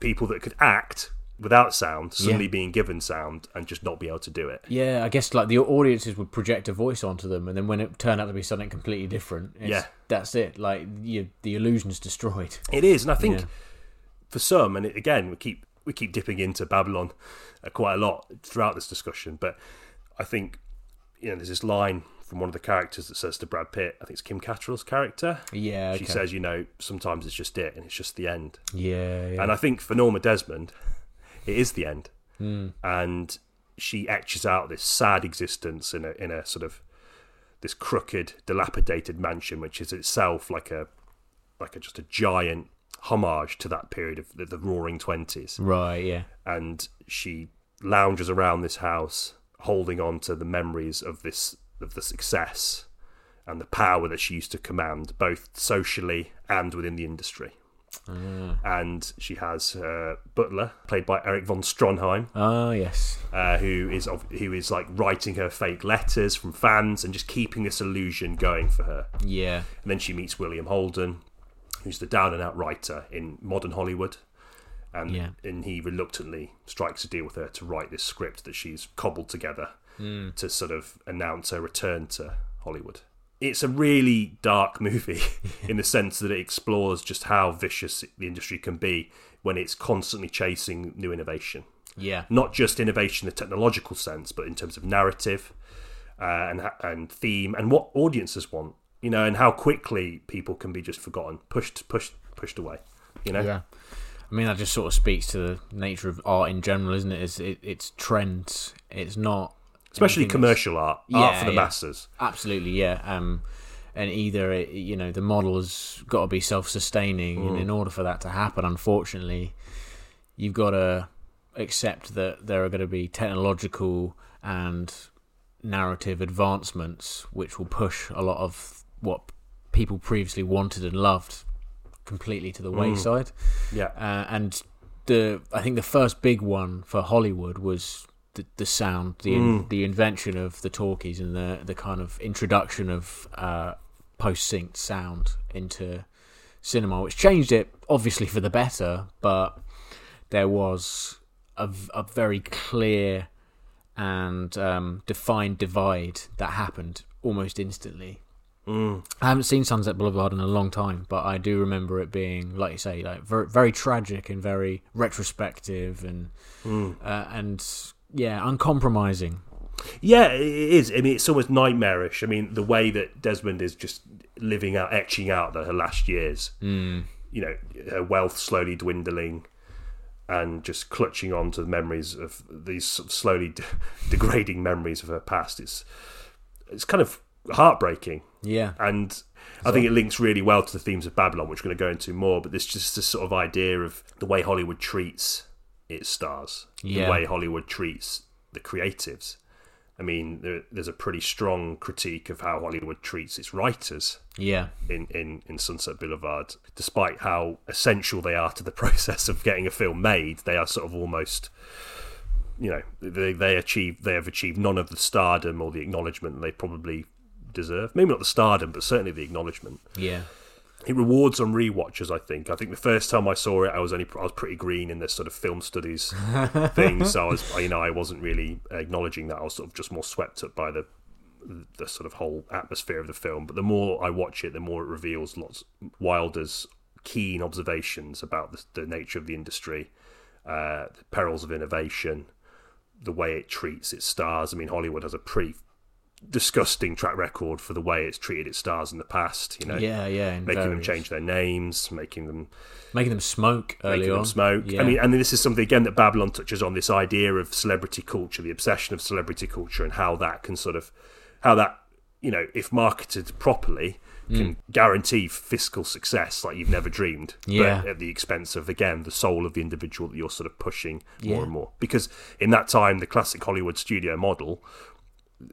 People that could act without sound suddenly
Hmm. Yeah.
being given sound and just not be able to do it.
yeah, I guess like the audiences would project a voice onto them, and then when it turned out to be something completely different, it's,
Yeah.
that's it. Like you, the illusion's destroyed.
It is, and I think
Yeah.
for some, and it, again, we keep we keep dipping into Babylon uh, quite a lot throughout this discussion. But I think you know, there's this line from one of the characters that says to Brad Pitt, I think it's Kim Cattrall's character.
Yeah, okay.
She says, you know, sometimes it's just it, and it's just the end.
yeah, yeah.
And I think for Norma Desmond, it is the end,
Hmm.
and she etches out this sad existence in a in a sort of this crooked, dilapidated mansion, which is itself like a like a, just a giant homage to that period of the, the Roaring Twenties.
right, yeah,
And she lounges around this house, holding on to the memories of this of the success and the power that she used to command, both socially and within the industry and she has uh, Butler, played by Eric von Stronheim,
oh yes,
uh, who is of, who is like writing her fake letters from fans and just keeping this illusion going for her.
yeah,
And then she meets William Holden, who's the down and out writer in modern Hollywood, and
Yeah.
and he reluctantly strikes a deal with her to write this script that she's cobbled together to sort of announce her return to Hollywood. It's a really dark [LAUGHS] movie in the sense that it explores just how vicious the industry can be when it's constantly chasing new innovation
yeah,
not just innovation in the technological sense, but in terms of narrative uh, and and theme and what audiences want, you know, and how quickly people can be just forgotten, pushed, pushed, pushed away, you know.
yeah. I mean, that just sort of speaks to the nature of art in general, isn't it? It's, it, it's trends. It's not
Especially
anything that's-
commercial art, art
Yeah,
for the
yeah.
masses.
Absolutely, yeah. Um, and either it, you know the model has got to be self-sustaining, and in order for that to happen, unfortunately, you've got to accept that there are going to be technological and narrative advancements which will push a lot of what people previously wanted and loved completely to the wayside
Yeah,
uh, and the I think the first big one for Hollywood was the, the sound, the in, the invention of the talkies, and the the kind of introduction of uh, post synced sound into cinema, which changed it obviously for the better, but there was a, v- a very clear and um, defined divide that happened almost instantly. I haven't seen Sunset Boulevard in a long time, but I do remember it being, like you say, like very, very tragic and very retrospective and
Mm.
uh, and yeah, uncompromising.
yeah, it is. I mean, it's almost nightmarish. I mean, the way that Desmond is just living out, etching out her last years.
Hmm.
You know, her wealth slowly dwindling. And just clutching on to the memories of these sort of slowly [LAUGHS] de- degrading memories of her past. It's it's kind of heartbreaking
Yeah,
and I think it links really well to the themes of Babylon, which we're going to go into more. But there's just this sort of idea of the way Hollywood treats its stars,
Yeah.
the way Hollywood treats the creatives. I mean, there, there's a pretty strong critique of how Hollywood treats its writers
yeah,
in, in, in Sunset Boulevard, despite how essential they are to the [LAUGHS] process of getting a film made. They are sort of almost, you know, they they achieve they have achieved none of the stardom or the acknowledgement they probably deserve. Maybe not the stardom, but certainly the acknowledgement.
yeah.
it rewards on rewatches. I think. I think the first time I saw it, I was only I was pretty green in this sort of film studies thing, so I was you know I wasn't really acknowledging that. I was sort of just more swept up by the the sort of whole atmosphere of the film. But the more I watch it, the more it reveals lots Wilder's keen observations about the, the nature of the industry, uh, the perils of innovation, the way it treats its stars. I mean, Hollywood has a pretty disgusting track record for the way it's treated its stars in the past. You know,
yeah, yeah,
making various. them change their names, making them
making them smoke early
making
on.
Them smoke. Yeah. I mean, and this is something again that Babylon touches on: this idea of celebrity culture, the obsession of celebrity culture, and how that can sort of how that you know, if marketed properly. Can mm. guarantee fiscal success like you've never dreamed,
yeah.
but at the expense of again the soul of the individual that you're sort of pushing more yeah. and more. Because in that time, the classic Hollywood studio model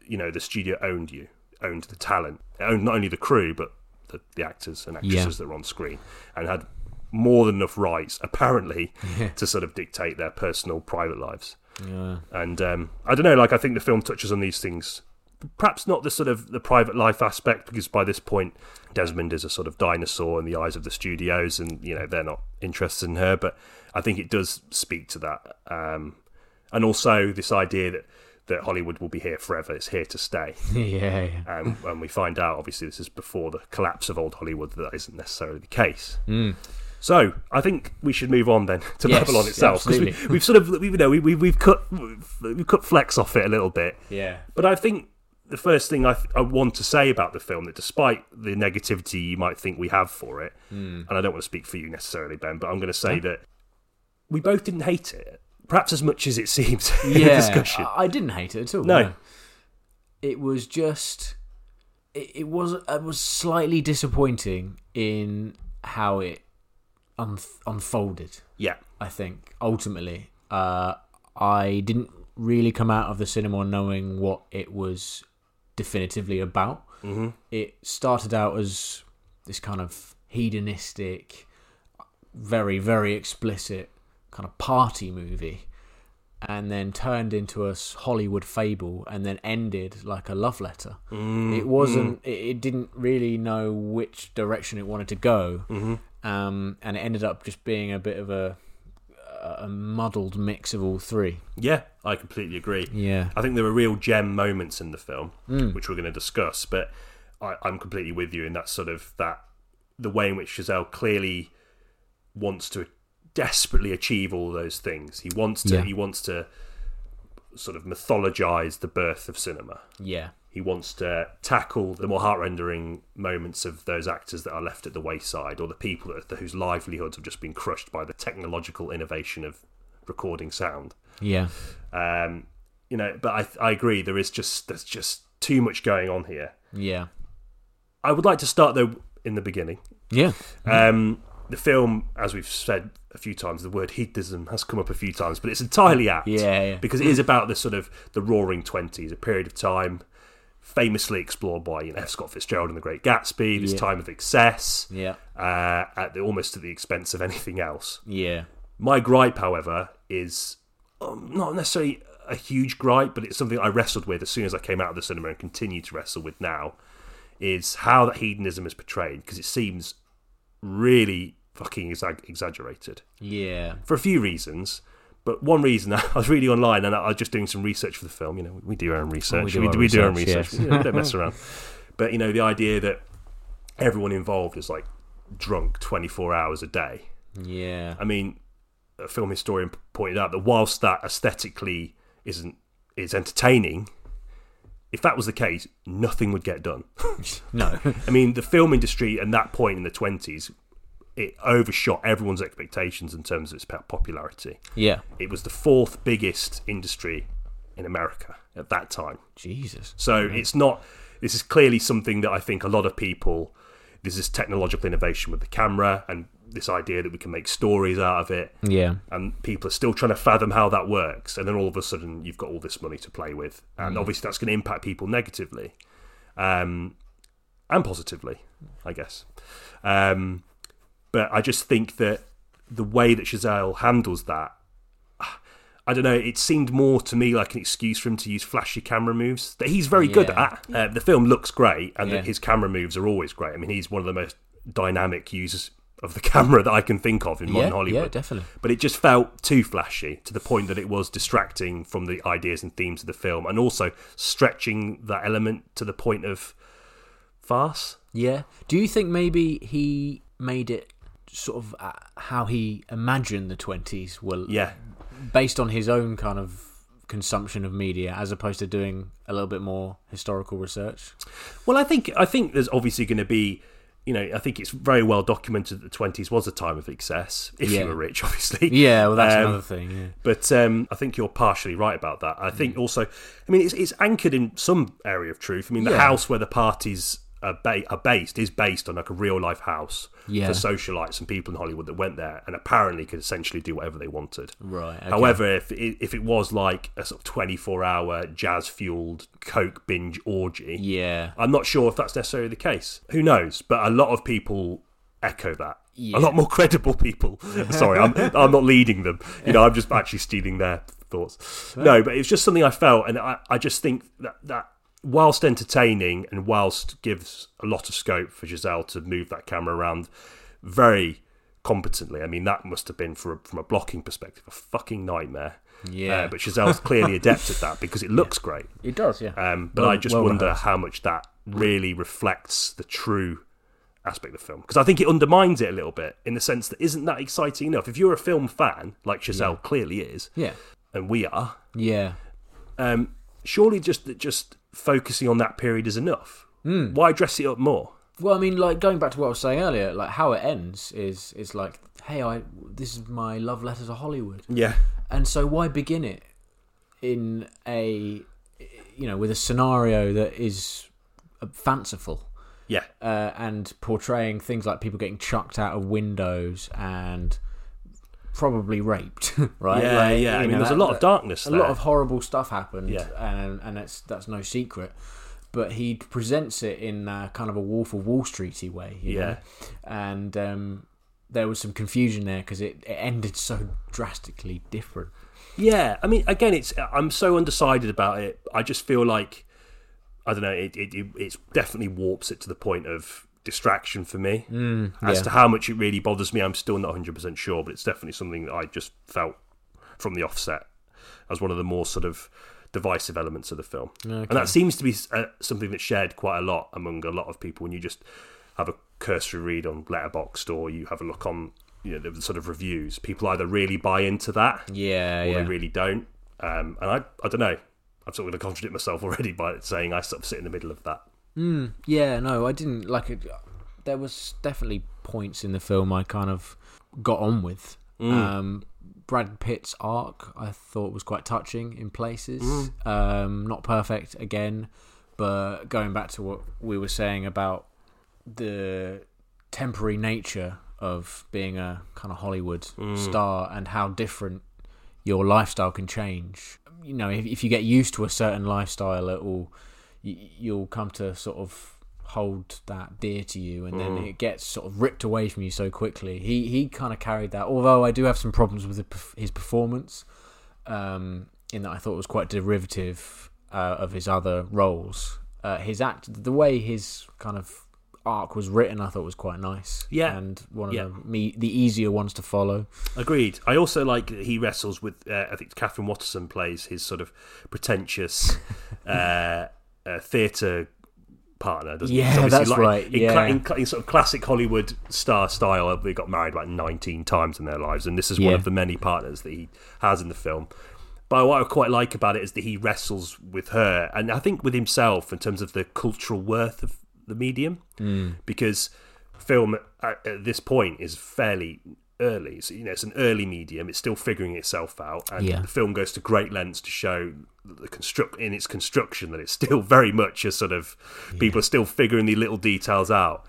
you know the studio owned you owned the talent it owned not only the crew but the, the actors and actresses yeah. that were on screen and had more than enough rights apparently [LAUGHS] yeah. to sort of dictate their personal private lives
yeah. [LAUGHS]
and um, i don't know like i think the film touches on these things perhaps not the sort of the private life aspect because by this point desmond is a sort of dinosaur in the eyes of the studios and you know they're not interested in her but i think it does speak to that um, and also this idea that that Hollywood will be here forever. It's here to stay.
yeah. yeah.
Um, and we find out, obviously, this is before the collapse of old Hollywood, that, that isn't necessarily the case.
Mm.
So I think we should move on then to
yes,
Babylon itself because
yeah,
we, have sort of we, you know we, we have cut we've, we've, cut flex off it a little bit.
Yeah.
But I think the first thing I, th- I, want to say about the film that despite the negativity you might think we have for it,
mm.
and I don't want to speak for you necessarily, Ben, but I'm going to say yeah. that we both didn't hate it perhaps as much as it seems [LAUGHS] in
yeah, Uh,
the discussion.
I didn't hate it at all.
No, no.
it was just it, it, was it was slightly disappointing in how it un- unfolded.
Yeah,
I think ultimately, uh, I didn't really come out of the cinema knowing what it was definitively about.
Mm-hmm.
It started out as this kind of hedonistic, very very explicit kind of party movie and then turned into a Hollywood fable and then ended like a love letter.
Mm,
it wasn't, mm. it, it, didn't really know which direction it wanted to go.
Mm-hmm.
Um, and it ended up just being a bit of a, a muddled mix of all three.
Yeah, I completely agree.
Yeah.
I think there were real gem moments in the film,
mm.
which we're going to discuss, but I, I'm completely with you in that sort of that the way in which Giselle clearly wants to desperately achieve all those things. He wants to.
Yeah.
He wants to sort of mythologize the birth of cinema.
Yeah.
He wants to tackle the more heart-rendering moments of those actors that are left at the wayside, or the people that, whose livelihoods have just been crushed by the technological innovation of recording sound.
Yeah.
Um, you know, but I, I agree. There is just there's just too much going on here.
Yeah.
I would like to start though in the beginning.
Yeah. Mm-hmm.
Um, the film, as we've said a few times, the word hedonism has come up a few times, but it's entirely apt.
Mm, Yeah, yeah.
Because it is about the sort of the roaring twenties, a period of time famously explored by you know, F. Scott Fitzgerald and The Great Gatsby, this
Yeah.
time of excess,
Yeah.
uh, at the, almost at the expense of anything else.
Yeah.
My gripe, however, is um, not necessarily a huge gripe, but it's something I wrestled with as soon as I came out of the cinema and continue to wrestle with now, is how that hedonism is portrayed because it seems really fucking exa- exaggerated
Yeah.
for a few reasons. But one reason [LAUGHS] I was reading online and I was just doing some research for the film. You know, we do our own research.
We do our
do our own
research,
research.
yes.
We don't mess around. [LAUGHS] But you know, the idea that everyone involved is like drunk twenty four hours a day.
Yeah.
I mean, a film historian p- pointed out that whilst that aesthetically isn't is entertaining, if that was the case, nothing would get done. [LAUGHS]
No. [LAUGHS]
I mean, the film industry at that point in the twenties, it overshot everyone's expectations in terms of its po- popularity.
yeah.
It was the fourth biggest industry in America at that time.
Jesus.
So it's not. This is clearly something that I think a lot of people. This is technological innovation with the camera and this idea that we can make stories out of it
Yeah.
and people are still trying to fathom how that works and then all of a sudden you've got all this money to play with and
Mm.
obviously that's going to impact people negatively um, and positively i guess um, but i just think that the way that Giselle handles that I don't know. It seemed more to me like an excuse for him to use flashy camera moves that he's very good
Yeah.
at. Uh, the film looks great, and
Yeah.
his camera moves are always great. I mean, he's one of the most dynamic use of the [LAUGHS] camera that I can think of in modern
yeah,
Hollywood.
yeah, definitely.
But it just felt too flashy to the point that it was distracting from the ideas and themes of the film, and also stretching that element to the point of farce.
Yeah. Do you think maybe he made it sort of uh, how he imagined the twenties were
Yeah,
based on his own kind of consumption of media, as opposed to doing a little bit more historical research?
Well, I think I think there's obviously going to be, you know, I think it's very well documented that the twenties was a time of excess if
Yeah.
you were rich, [LAUGHS] obviously.
Yeah. Well, that's
Um,
another thing. Yeah.
But um, I think you're partially right about that. I
Mm.
think also, I mean, it's, it's anchored in some area of truth. I mean, the
Yeah.
house where the parties are, ba- are based is based on like a real life house
Yeah.
for socialites and people in Hollywood that went there and apparently could essentially do whatever they wanted.
Right. Mm, okay.
However, if it, if it was like a sort of 24 hour jazz fueled coke binge orgy,
Yeah.
I'm not sure if that's necessarily the case. Who knows? But a lot of people echo that.
Yeah.
A lot more
[LAUGHS]
credible people. Sorry, I'm, I'm not leading them. You know, I'm just actually stealing their thoughts. No, but it's just something I felt, and I, I just think that that whilst entertaining and whilst gives a lot of scope for Giselle to move that camera around very competently. I mean, that must have been for a, from a blocking perspective a fucking nightmare.
Yeah.
Uh, but
[LAUGHS]
Giselle's clearly adept at that because it looks great.
It does. Yeah.
Um, but
Well-
I just
well
wonder
rehearsed.
how much that really reflects the true aspect of the film because I think it undermines it a little bit in the sense that isn't that exciting enough. If you're a film fan, like Giselle clearly is,
Yeah.
and we are,
Yeah.
um, surely just that just focusing on that period is enough.
Hmm.
Why dress it up more?
Well, I mean, like going back to what I was saying earlier, like how it ends is is like, hey, I this is my love letter to Hollywood,
Yeah,
and so why begin it in a you know with a scenario that is uh, fanciful
yeah,
uh, and portraying things like people getting chucked out of windows and probably raped, [LAUGHS] right?
yeah,
Like,
yeah. I
you
mean,
know,
there's a
that-
lot of
that-
darkness.
a
there.
lot of horrible stuff happened,
Yeah.
and and that's that's no secret. But he presents it in uh, kind of a Wolf of Wall Streety way, you know?
Yeah.
And um, there was some confusion there because it, it ended so drastically different.
Yeah, I mean, again, it's I'm so undecided about it. I just feel like I don't know. It it, it it's definitely warps it to the point of distraction for me. Mm, As
yeah.
to how much it really bothers me, I'm still not 100 percent sure. But it's definitely something that I just felt from the offset as one of the more sort of divisive elements of the film, and that seems to be uh, something that's shared quite a lot among a lot of people. When you just have a cursory read on Letterboxd or you have a look on you know the sort of reviews, people either really buy into that
Yeah,
or
yeah,
they really don't. Um, and I, I don't know. I'm sort of going to contradict myself already by saying I sort of sit in the middle of that.
yeah. No, I didn't like it. There was definitely points in the film I kind of got on with. Um, Brad Pitt's arc I thought was quite touching in places. Um, not perfect again, but going back to what we were saying about the temporary nature of being a kind of Hollywood star and how different your lifestyle can change. You know, if, if you get used to a certain lifestyle, it will y- you'll come to sort of hold that dear to you, and then
Mm.
it gets sort of ripped away from you so quickly. He he kind of carried that. Although I do have some problems with the, perf- his performance, um, in that I thought it was quite derivative uh, of his other roles. Uh, his act, the way his kind of arc was written, I thought was quite nice.
Yeah.
and one of
Yeah.
the me the easier ones to follow.
Agreed. I also like that he wrestles with. Uh, I think Catherine Watterson plays his sort of
[LAUGHS]
pretentious uh, uh, theatre partner, doesn't he?
Yeah,
It's obviously
that's right,
In,
yeah.
cla- in, cla- in sort of classic Hollywood star style, uh, they got married about 19 times in their lives, and this is one
Yeah.
of the many partners that he has in the film. But what I quite like about it is that he wrestles with her, and I think with himself in terms of the cultural worth of the medium, because film at, at this point is fairly early. So, you know, it's an early medium; it's still figuring itself out, and
Yeah.
the film goes to great lengths to show the construct in its construction that it's still [LAUGHS] very much a sort of people are still figuring the little details out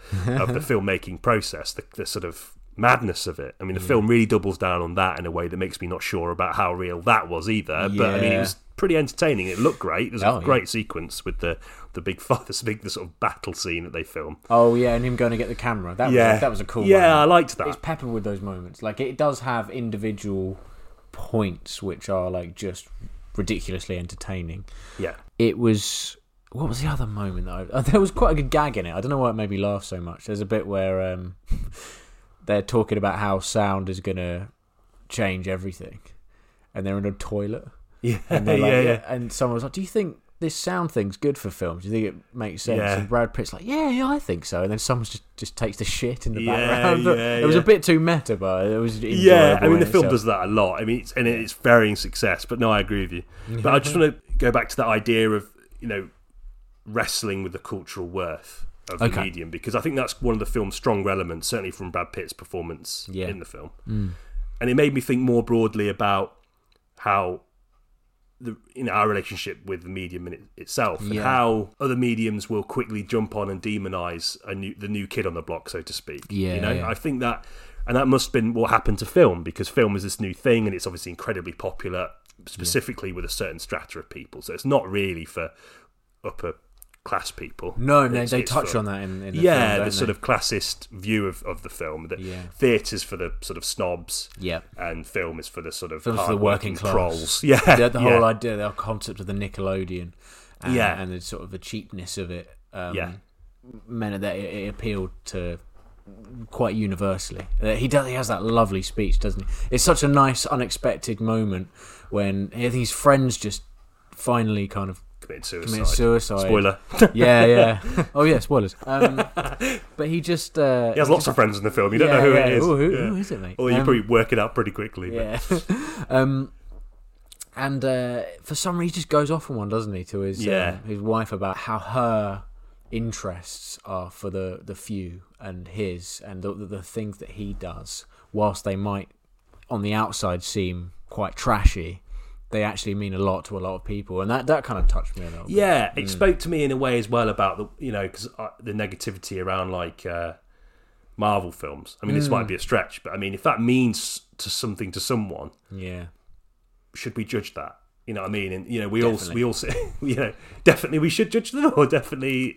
[LAUGHS]
of the filmmaking process, the, the sort of madness of it. I mean, the film really doubles down on that in a way that makes me not sure about how real that was either. But I mean, it
Yeah.
was pretty entertaining. It looked great. There's
Oh,
a
yeah.
great sequence with the the big [LAUGHS] fi- this big the sort of battle scene that they film.
Oh yeah, and him going to get the camera. That
Yeah,
was, that was a cool.
Yeah,
moment.
I liked that.
it's peppered with those moments. Like it does have individual [LAUGHS] points which are like just ridiculously entertaining.
yeah,
It was what was the other moment that I, [LAUGHS] oh, there was quite a good gag in it. I don't know why it made me laugh so much. There's a bit where um, [LAUGHS] they're talking about how sound is gonna change everything, and they're in a toilet.
Yeah,
And they're like,
yeah, yeah.
And someone was like, "Do you think this sound thing's good for films? Do you think it makes sense?"
Yeah.
And Brad Pitt's like, "Yeah, yeah, I think so." And then someone just just takes the shit in the
Yeah,
background. [LAUGHS] But
yeah,
it was
yeah.
a bit too meta, but it was enjoyable
Yeah, I
in
mean the film
itself.
does that a lot. I mean, it's, and it's varying success. But no, I agree with you. But I just want to go back to that idea of you know wrestling with the cultural worth of the
Okay.
medium because I think that's one of the film's stronger elements, certainly from Brad Pitt's performance
Yeah. Mm.
in the film. And it made me think more broadly about how the you know our relationship with the medium in it, itself and
Yeah.
how other mediums will quickly jump on and demonize a new the new kid on the block, so to speak. you
Yeah,
know,
yeah.
I think that, and that must have been what happened to film because film is this new thing and it's obviously incredibly popular, specifically with a certain strata of people. So it's not really for upper class people.
No, no,
It's-
they
it's
touch
for-
on that in, in the
yeah,
film,
the
don't
sort
they?
of classist view of, of the film. That
Yeah.
theatre's for the sort of snobs,
Yeah.
and film is for the sort of
Films for the
hard-working
working class.
trolls. [LAUGHS] Yeah,
the, the
yeah.
whole idea, the whole concept of the Nickelodeon, and,
Yeah.
and the sort of the cheapness of it, um,
Yeah.
meant that it, it appealed to quite universally. Uh, he does, he has that lovely speech, doesn't he? It's such a nice, unexpected moment when I think his friends just finally kind of
Committed suicide.
commit suicide.
Spoiler.
[LAUGHS] Yeah,
[LAUGHS]
yeah. oh yeah, spoilers. Um, but he just uh,
He has lots of friends in the film. You don't know who it is.
Ooh, who,
Yeah.
who is it, mate?
Or you
Um,
probably work it out pretty quickly. but-
yeah. [LAUGHS] um, and uh, for some reason, he just goes off on one, doesn't he, to his
Yeah.
um, his wife about how her interests are for the the few and his and the, the, the things that he does, whilst they might on the outside seem quite trashy. They actually mean a lot to a lot of people, and that, that kind of touched me a little. bit.
Yeah, it spoke to me in a way as well about the you know because the negativity around like uh, Marvel films. I mean, this might be a stretch, but I mean, if that means to something to someone,
yeah,
should we judge that? You know what I mean? And you know, we all
Definitely.
we all say, [LAUGHS] you know definitely we should judge them or definitely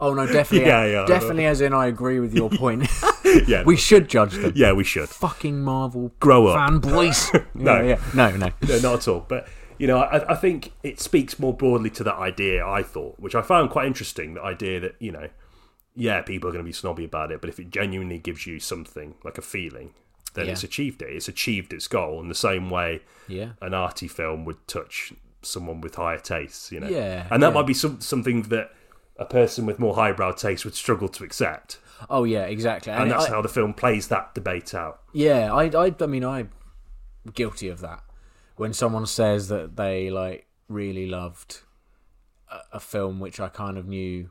Oh no, definitely,
[LAUGHS] Yeah, yeah, I know.
definitely. As in, I agree with your [LAUGHS] point.
[LAUGHS] yeah
we should judge them.
yeah we should
Fucking Marvel
grow up.
fanboys.
[LAUGHS]
yeah,
No.
yeah. no, no.
no, not at all. But you know, I, I think it speaks more broadly to that idea. I thought, which I found quite interesting, the idea that you know, yeah, people are going to be snobby about it, but if it genuinely gives you something like a feeling, then
Yeah.
it's achieved it. It's achieved its goal in the same way
Yeah.
an arty film would touch someone with higher tastes. You know,
Yeah,
and that
yeah.
might be some, something that a person with more highbrow taste would struggle to accept.
Oh yeah, exactly.
And, that's
I,
how the film plays that debate out.
yeah, I, I, I mean, I'm guilty of that. When someone says that they like really loved a, a film which I kind of knew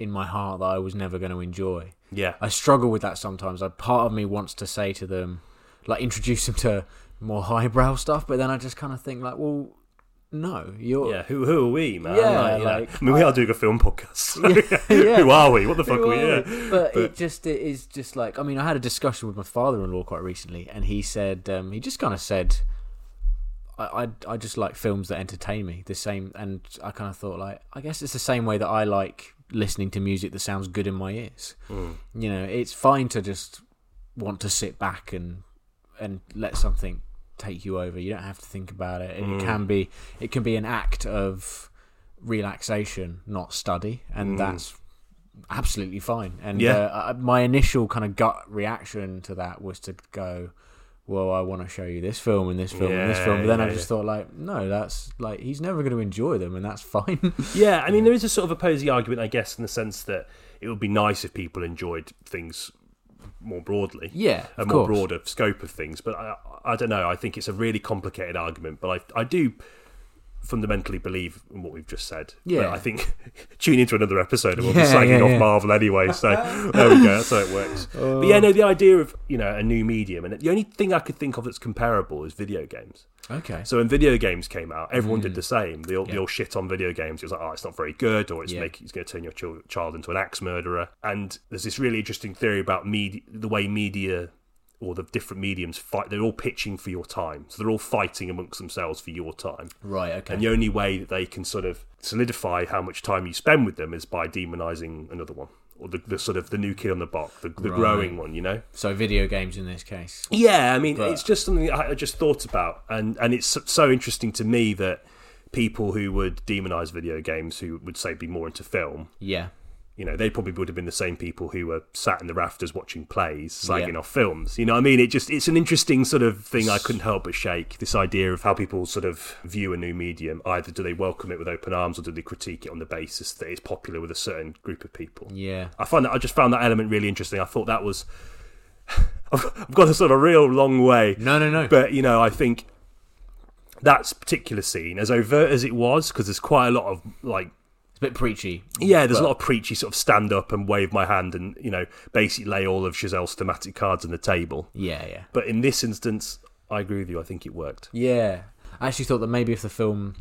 in my heart that I was never going to enjoy,
Yeah,
I struggle with that sometimes. I part of me wants to say to them, like, introduce them to more [LAUGHS] highbrow stuff, but then I just kind of think like, well, no, you're
Yeah, who who are we, man?
Yeah,
Like, you know,
like-
I mean, we are doing a film podcast. [LAUGHS] so-
yeah.
Who are we? What the fuck are we?
Well,
Yeah.
But, it just it is just like I mean I had a discussion with my father-in-law quite recently, and he said um, he just kind of said I, I I just like films that entertain me the same, and I kind of thought like I guess it's the same way that I like listening to music that sounds good in my ears.
Hmm.
You know, it's fine to just want to sit back and and let something take you over. You don't have to think about it, and it
Mm.
can be it can be an act of relaxation, not study, and that's absolutely fine. And
Mm. Yeah.
uh, I- my initial kind of gut reaction to that was to go, "Well, I want to show you this film and this film and this
Yeah,
film," but then
yeah,
I just thought, like, no, that's like he's never going to enjoy them, and that's [LAUGHS] fine.
Yeah, I mean, there is a sort of opposing argument, I guess, in the sense that it would be nice if people enjoyed things more broadly.
yeah,
A
of
more
course.
broader scope of things, but I, I don't know. I think it's a really complicated argument, but I, I do fundamentally believe in what we've just said. But
Yeah.
I think [LAUGHS] tune into another episode and we'll be
Yeah,
slagging
yeah,
off
yeah.
Marvel anyway. So
[LAUGHS]
there we go. That's how it works. But
Oh.
yeah, no, the idea of you know a new medium, and the only thing I could think of that's comparable is video games.
Okay.
So when video games came out, everyone
Mm.
did the same. They all, they all shit on video games. It was like, oh, it's not very good, or it's
Yeah.
making it's going to turn your chil- child into an axe murderer. And there's this really interesting theory about media, the way media or the different mediums fight. They're all pitching for your time, so they're all fighting amongst themselves for your time.
right. Okay.
And the only way that they can sort of solidify how much time you spend with them is by demonizing another one. Or the, the sort of the new kid on the block, the, the
Right.
growing one, you know.
so video games in this case.
Yeah, I mean,
But-
it's just something I I just thought about, and and it's so- so interesting to me that people who would demonize video games who would say be more into film
yeah,
you know, they probably would have been the same people who were sat in the rafters watching plays, slagging off films. You know what I mean? It just it's an interesting sort of thing I couldn't help but shake. This idea of how people sort of view a new medium. Either do they welcome it with open arms or do they critique it on the basis that it's popular with a certain group of people.
yeah.
I find that I just found that element really interesting. I thought that was [SIGHS] I've, I've got a sort of real long way.
No, no, no.
But you know, I think that particular scene, as overt as it was, because there's quite a lot of like
it's a bit preachy.
yeah, there's
but-
a lot of preachy sort of stand up and wave my hand and, you know, basically lay all of Chazelle's thematic cards on the table.
Yeah, yeah.
But in this instance, I agree with you. I think it worked.
Yeah. I actually thought that maybe if the film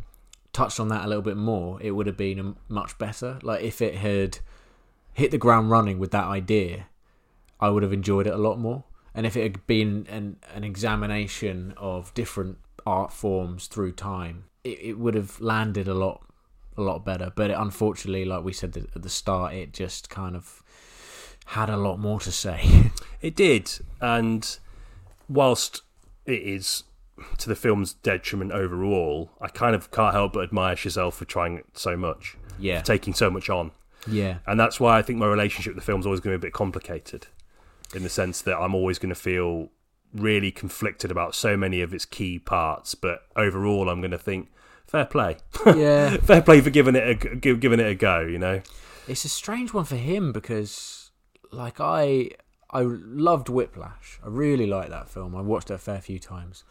touched on that a little bit more, it would have been um, much better. Like if it had hit the ground running with that idea, I would have enjoyed it a lot more. And if it had been an, an examination of different art forms through time, it, it would have landed a lot a lot better. But it, unfortunately, like we said at the start, it just kind of had a lot more to say. [LAUGHS]
It did. And whilst it is to the film's detriment overall, I kind of can't help but admire Chazelle for trying so much,
yeah.
for taking so much on.
Yeah.
And that's why I think my relationship with the film's always going to be a bit complicated in the sense that I'm always going to feel really conflicted about so many of its key parts, but overall I'm going to think fair play. [LAUGHS]
Yeah.
fair play for giving it a g- gi- giving it a go, you know.
It's a strange one for him because, like, I I loved Whiplash. I really liked that film. I watched it a fair few times.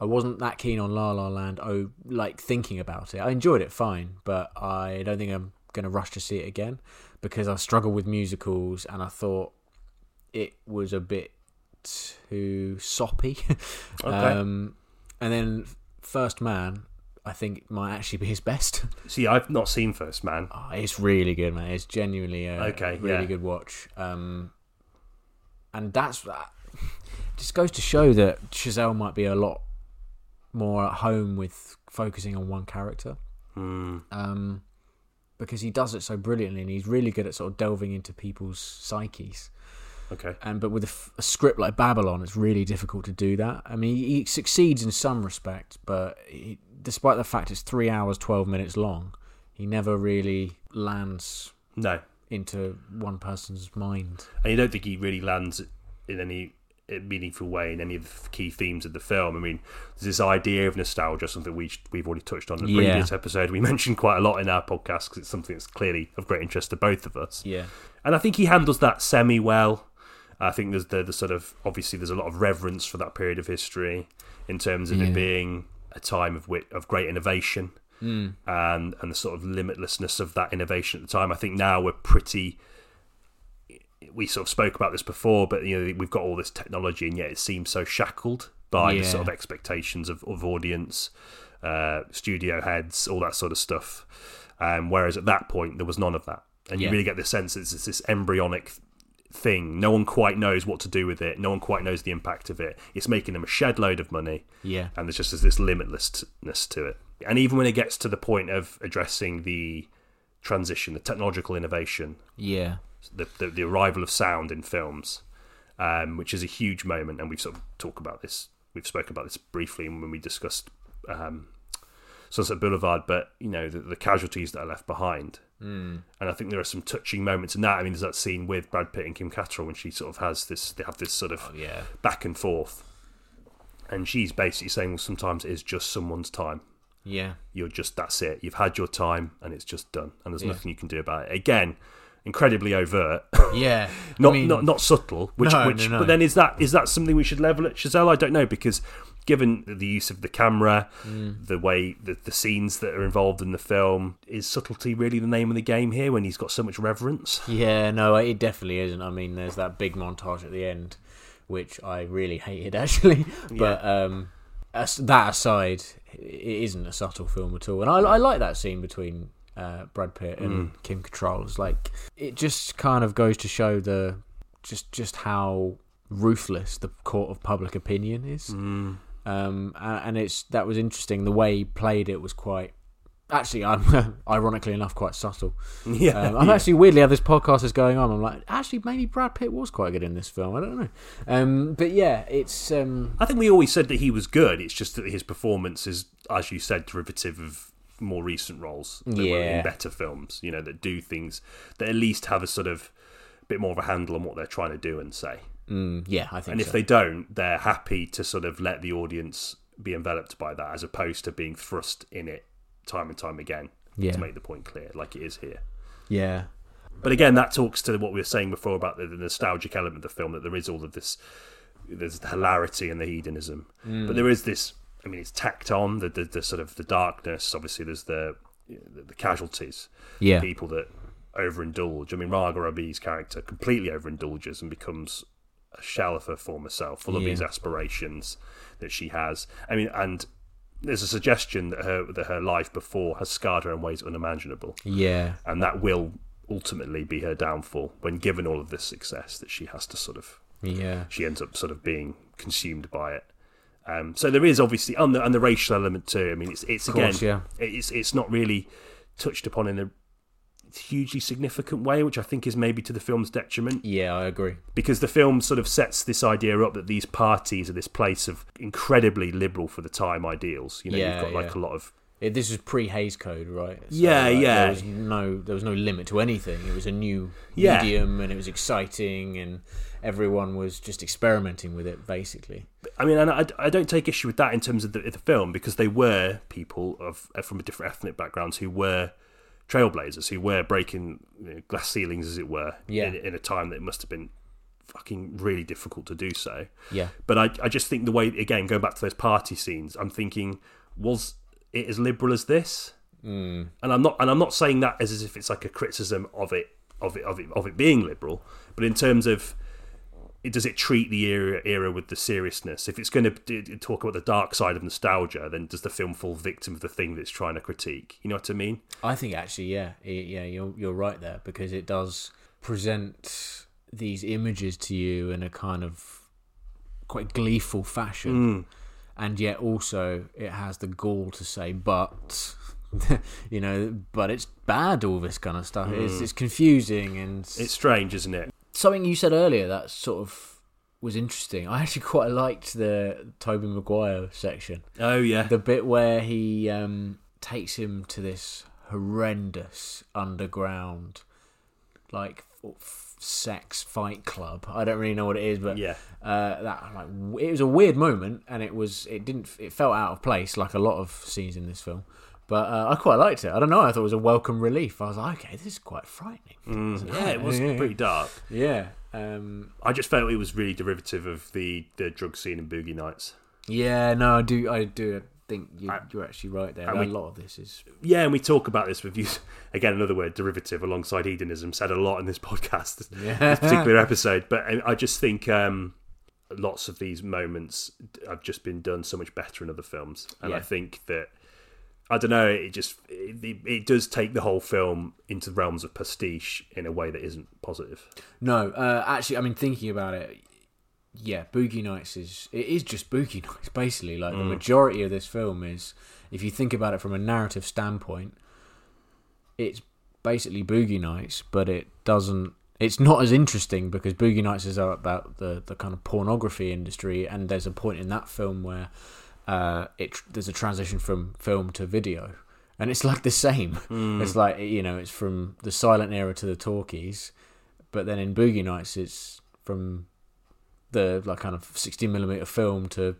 I wasn't that keen on La La Land. Oh, like thinking about it, I enjoyed it fine, but I don't think I'm gonna rush to see it again because I struggle with musicals, and I thought it was a bit too soppy. [LAUGHS] Um, and then First Man, I think might actually be his best.
See, I've not seen First Man.
Oh, it's really good, man. It's genuinely a
Okay,
really
yeah.
good watch. Um, and that's that. Just goes to show that Chazelle might be a lot more at home with focusing on one character,
Hmm.
um, because he does it so brilliantly, and he's really good at sort of delving into people's psyches.
okay.
And but with a, f- a script like Babylon, it's really difficult to do that. I mean, he, he succeeds in some respect, but he, despite the fact it's three hours twelve minutes long, he never really lands
No.
into one person's mind.
And you don't think he really lands in any meaningful way in any of the key themes of the film. I mean, there's this idea of nostalgia, something we we've already touched on in the
Yeah.
previous episode. We [LAUGHS] mentioned quite a lot in our podcast because it's something that's clearly of great interest to both of us.
Yeah,
And I think he handles that semi well. I think there's the, the sort of obviously there's a lot of reverence for that period of history in terms of
Yeah.
it being a time of wit, of great innovation
Mm.
and and the sort of limitlessness of that innovation at the time. I think now we're pretty. We sort of spoke about this before, but you know we've got all this technology, and yet it seems so shackled by
Yeah.
the sort of expectations of, of audience, uh, studio heads, all that sort of stuff. Um, whereas at that point there was none of that, and
Yeah.
you really get the sense that it's this embryonic thing. No one quite knows what to do with it. No one quite knows the impact of it. It's making them a shed load of money
yeah,
and there's just this limitlessness to it. And even when it gets to the point of addressing the transition, the technological innovation,
yeah,
the the, the arrival of sound in films, um, which is a huge moment, and we've sort of talked about this, we've spoken about this briefly when we discussed um, Sunset Boulevard, but you know the, the casualties that are left behind.
Hmm.
Mm. And I think there are some touching moments in that. I mean, there's that scene with Brad Pitt and Kim Cattrall when she sort of has this, they have this sort of
Oh, yeah,
back and forth. And she's basically saying, well, sometimes it is just someone's time.
yeah,
You're just, that's it. You've had your time and it's just done. And there's
Yeah.
nothing you can do about it. Again, incredibly overt, [LAUGHS]
yeah.
not,
I mean,
not, not subtle, which,
No,
which,
no, no.
but then is that, is that something we should level at Chazelle? I don't know, because given the use of the camera,
Mm.
the way the, the scenes that are involved in the film, is subtlety really the name of the game here when he's got so much reverence? [LAUGHS]
Yeah, no, it definitely isn't. I mean, there's that big montage at the end, which I really hated [LAUGHS] actually. But um, as, that aside, it isn't a subtle film at all. And I, I like that scene between uh, Brad Pitt and Kim Cattrall. It's like it just kind of goes to show the just just how ruthless the court of public opinion is. Um, a- and it's that was interesting. The way he played it was quite. Actually, I'm [LAUGHS] ironically enough quite subtle.
Yeah.
Um, I'm actually weirdly how this podcast is going on. I'm like, actually, maybe Brad Pitt was quite good in this film. I don't know, um, but yeah, it's um,
I think we always said that he was good. It's just that his performance is, as you said, derivative of more recent roles that were
Yeah.
in better films, you know, that do things that at least have a sort of bit more of a handle on what they're trying to do and say.
Mm, yeah, I think.
And if
so.
they don't, they're happy to sort of let the audience be enveloped by that as opposed to being thrust in it time and time again
Yeah.
to make the point clear, like it is here.
yeah,
But again, that talks to what we were saying before about the, the nostalgic element of the film that there is all of this, there's the hilarity and the hedonism, but there is this. I mean, it's tacked on the, the the sort of the darkness. Obviously, there's the the, the casualties,
yeah,
people that overindulge. I mean, Margot Robbie's character completely overindulges and becomes a shell of her former self, full of
Yeah.
these aspirations that she has. I mean, and there's a suggestion that her that her life before has scarred her in ways unimaginable
yeah,
and that will ultimately be her downfall when given all of this success that she has to sort of
yeah.
she ends up sort of being consumed by it um, so there is obviously and the, and the racial element too i mean it's it's again
course, yeah.
it's it's not really touched upon in a hugely significant way which i think is maybe to the film's detriment
Yeah, I agree.
because the film sort of sets this idea up that these parties are this place of incredibly liberal for the time ideals you know
Yeah,
you've got like
yeah.
a lot of
It, this was pre Hays Code, right? So,
Yeah,
like,
yeah.
There was no, there was no limit to anything. It was a new
Yeah.
medium, and it was exciting, and everyone was just experimenting with it, basically.
I mean, and I, I don't take issue with that in terms of the, the film because they were people of uh, from different ethnic backgrounds who were trailblazers, who were breaking you know, glass ceilings, as it were,
Yeah.
in, in a time that must have been fucking really difficult to do so.
Yeah,
But I, I just think the way, again, going back to those party scenes, I'm thinking, was it as liberal as this? Mm. And I'm not, and I'm not saying that as if it's like a criticism of it, of it, of it, of it being liberal, but in terms of it, does it treat the era era with the seriousness? If it's going to d- d- talk about the dark side of nostalgia, then does the film fall victim of the thing that it's trying to critique? You know what I mean?
I think actually, yeah, i yeah, you're you're right there because it does present these images to you in a kind of quite gleeful fashion, and yet also it has the gall to say, but [LAUGHS] you know, but it's bad. All this kind of stuff. It's it's confusing and
It's strange, isn't it?
something you said earlier that sort of was interesting. I actually quite liked the Toby Maguire section
Oh yeah,
the bit where he um, takes him to this horrendous underground like f- f- sex fight club i don't really know what it is but
Yeah.
uh, that like w- it was a weird moment and it was it didn't it felt out of place like a lot of scenes in this film but uh, i quite liked it i don't know i thought it was a welcome relief i was like okay this is quite frightening
Mm. yeah, it was pretty dark.
yeah um,
I just felt it was really derivative of the the drug scene in Boogie Nights.
yeah no i do i do think you,
And-
you're actually right there
and
a
we-
lot of this is
yeah, and we talk about this with you [LAUGHS] again. Another word, derivative, alongside hedonism, said a lot in this [LAUGHS] podcast, this particular episode. But I- I just think um, lots of these moments have just been done so much better in other films, and I
Yeah.
think that I don't know. It just it, it, it does take the whole film into the realms of pastiche in a way that isn't positive.
No, uh, actually, I mean, thinking about it, yeah, Boogie Nights is it is just Boogie [LAUGHS] Nights basically. Like the majority of this film is, if you think about it from a narrative standpoint, it's basically Boogie Nights, but it doesn't. It's not as interesting because Boogie Nights is about the the kind of pornography industry, and there's a point in that film where uh, it tr- there's a transition from film to video, and it's like the same. It's like you know, it's from the silent era to the talkies, but then in Boogie Nights, it's from the like kind of 16 millimeter film to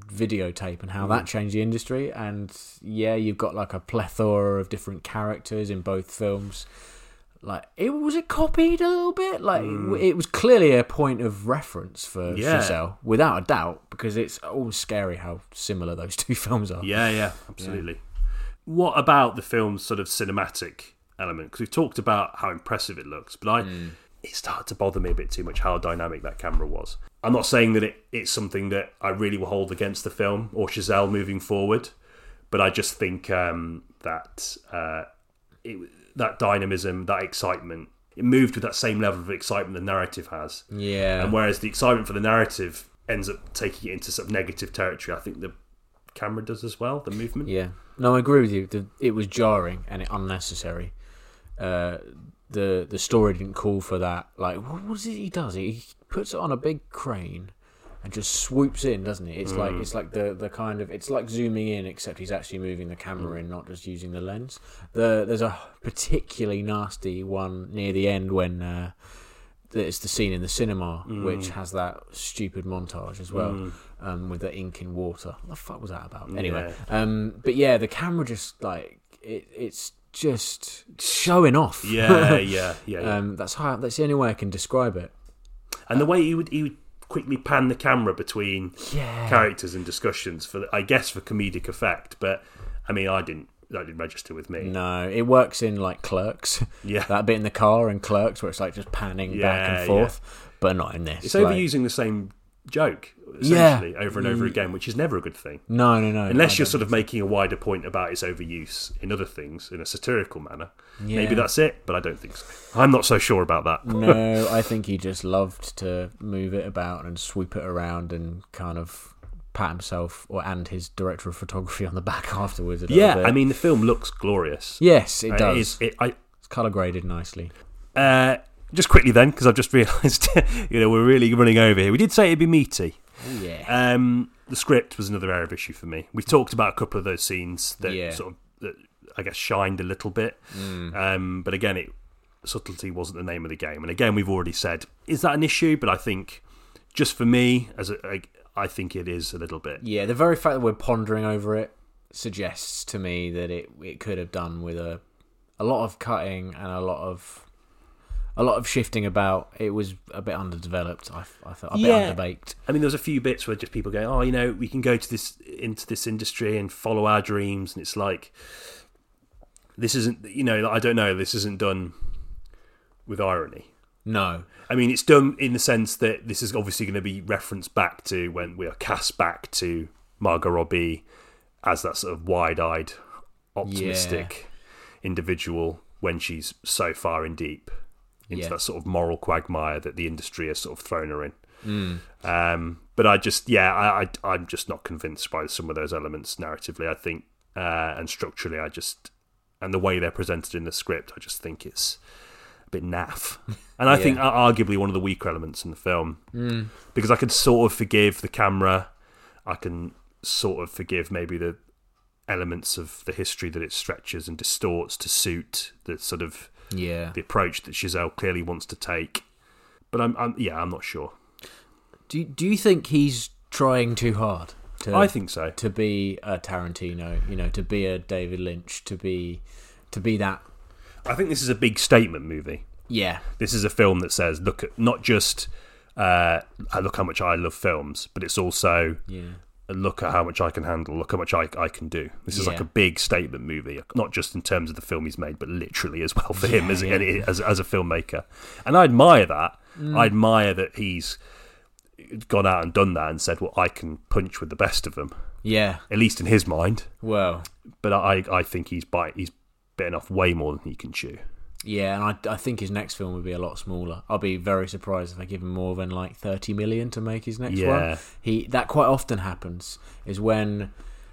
videotape and how that changed the industry. And yeah, you've got like a plethora of different characters in both films. Like it was it copied a little bit. Like it was clearly a point of reference for
Yeah.
Giselle, without a doubt, because it's always scary how similar those two [LAUGHS] films are.
Yeah, yeah, absolutely. What about the film's sort of cinematic element? Because we've talked about how impressive it looks, but I it started to bother me a bit too much how dynamic that camera was. I'm not saying that it, it's something that I really will hold against the film or Chazelle moving forward, but I just think um, that uh, it, that dynamism, that excitement, it moved with that same level of excitement the narrative has.
yeah.
And whereas the excitement for the narrative ends up taking it into sort of negative territory, I think the camera does as well, the movement.
Yeah. No, I agree with you. The, it was jarring and it unnecessary. Uh, the the story didn't call for that. Like, what, what is it he does? He puts it on a big crane and just swoops in, doesn't it? It's like it's like the, the kind of it's like zooming in, except he's actually moving the camera in, not just using the lens. The there's a particularly nasty one near the end when uh, it's the scene in the cinema which has that stupid montage as well, um, with the ink in water. What the fuck was that about? Anyway, um, but yeah, the camera just like it, it's just showing off.
Yeah, yeah, yeah.
[LAUGHS]
yeah.
Um, that's how. That's the only way I can describe it.
and the way he would he would quickly pan the camera between
Yeah.
characters and discussions for I guess for comedic effect, but I mean I didn't that didn't register with me.
No, it works in like Clerks. [LAUGHS]
Yeah.
that bit in the car and Clerks where it's like just panning back
Yeah,
and forth, but not in this.
It's
like-
overusing the same joke
Yeah.
essentially over and over again, which is never a good thing.
No, no, no.
Unless
no,
you're sort of making a wider point about its overuse in other things in a satirical manner.
Yeah.
Maybe that's [LAUGHS] it, but I don't think so. I'm not so sure about that.
no, I think he just loved to move it about and sweep it around and kind of pat himself or and his director of photography on the back [LAUGHS] afterwards. A little
Yeah,
bit.
I mean the film looks glorious.
yes, it does.
It is, it, I,
It's color graded nicely.
Uh, just quickly then, because I've just [LAUGHS] realised, you know, we're really running over here. We did say it'd be meaty.
Yeah,
Um, the script was another area of issue for me. We've talked about a couple of those scenes that
Yeah.
sort of, that I guess, shined a little bit. Um, but again, it subtlety wasn't the name of the game. And again, we've already said, is that an issue? But I think, just for me, as a, I, I think it is a little bit.
yeah. The very fact that we're pondering over it suggests to me that it it could have done with a a lot of cutting and a lot of a lot of shifting about. It was a bit underdeveloped. I, I thought a bit
Yeah.
underbaked.
I mean, there was a few bits where just people going, "Oh, you know, we can go to this into this industry and follow our dreams," and it's like, this isn't, you know, I don't know, this isn't done with irony.
No,
I mean, it's done in the sense that this is obviously going to be referenced back to when we are cast back to Margot Robbie as that sort of wide-eyed, optimistic individual when she's so far in deep into
Yeah.
that sort of moral quagmire that the industry has sort of thrown her in. Um, but I just, yeah, I, I, I'm just not convinced by some of those elements narratively. I think uh, and structurally, I just and the way they're presented in the script, I just think it's a bit naff. And I think are arguably one of the weaker elements in the film because I can sort of forgive the camera. I can sort of forgive maybe the elements of the history that it stretches and distorts to suit the sort of
yeah.
the approach that Giselle clearly wants to take. But I'm, I'm yeah, I'm not sure.
Do Do you think he's trying too hard? To,
I think so.
to be a Tarantino, you know, to be a David Lynch, to be to be that.
I think this is a big statement movie.
Yeah,
This is a film that says, look at not just uh, look how much I love films, but it's also
yeah,
look at how much I can handle, look how much I, I can do. This is like
Yeah.
a big statement movie, not just in terms of the film he's made, but literally as well for him as, and it- as as a filmmaker. And I admire that. I admire that he's gone out and done that and said, well, I can punch with the best of them,
yeah.
at least in his mind.
Well,
But I I think he's bite he's bitten off way more than he
[LAUGHS]
can chew.
yeah, and I I think his next film would be a lot smaller. I'll be very surprised if I give him more than like thirty million to make his next
Yeah.
one. He that quite often happens is when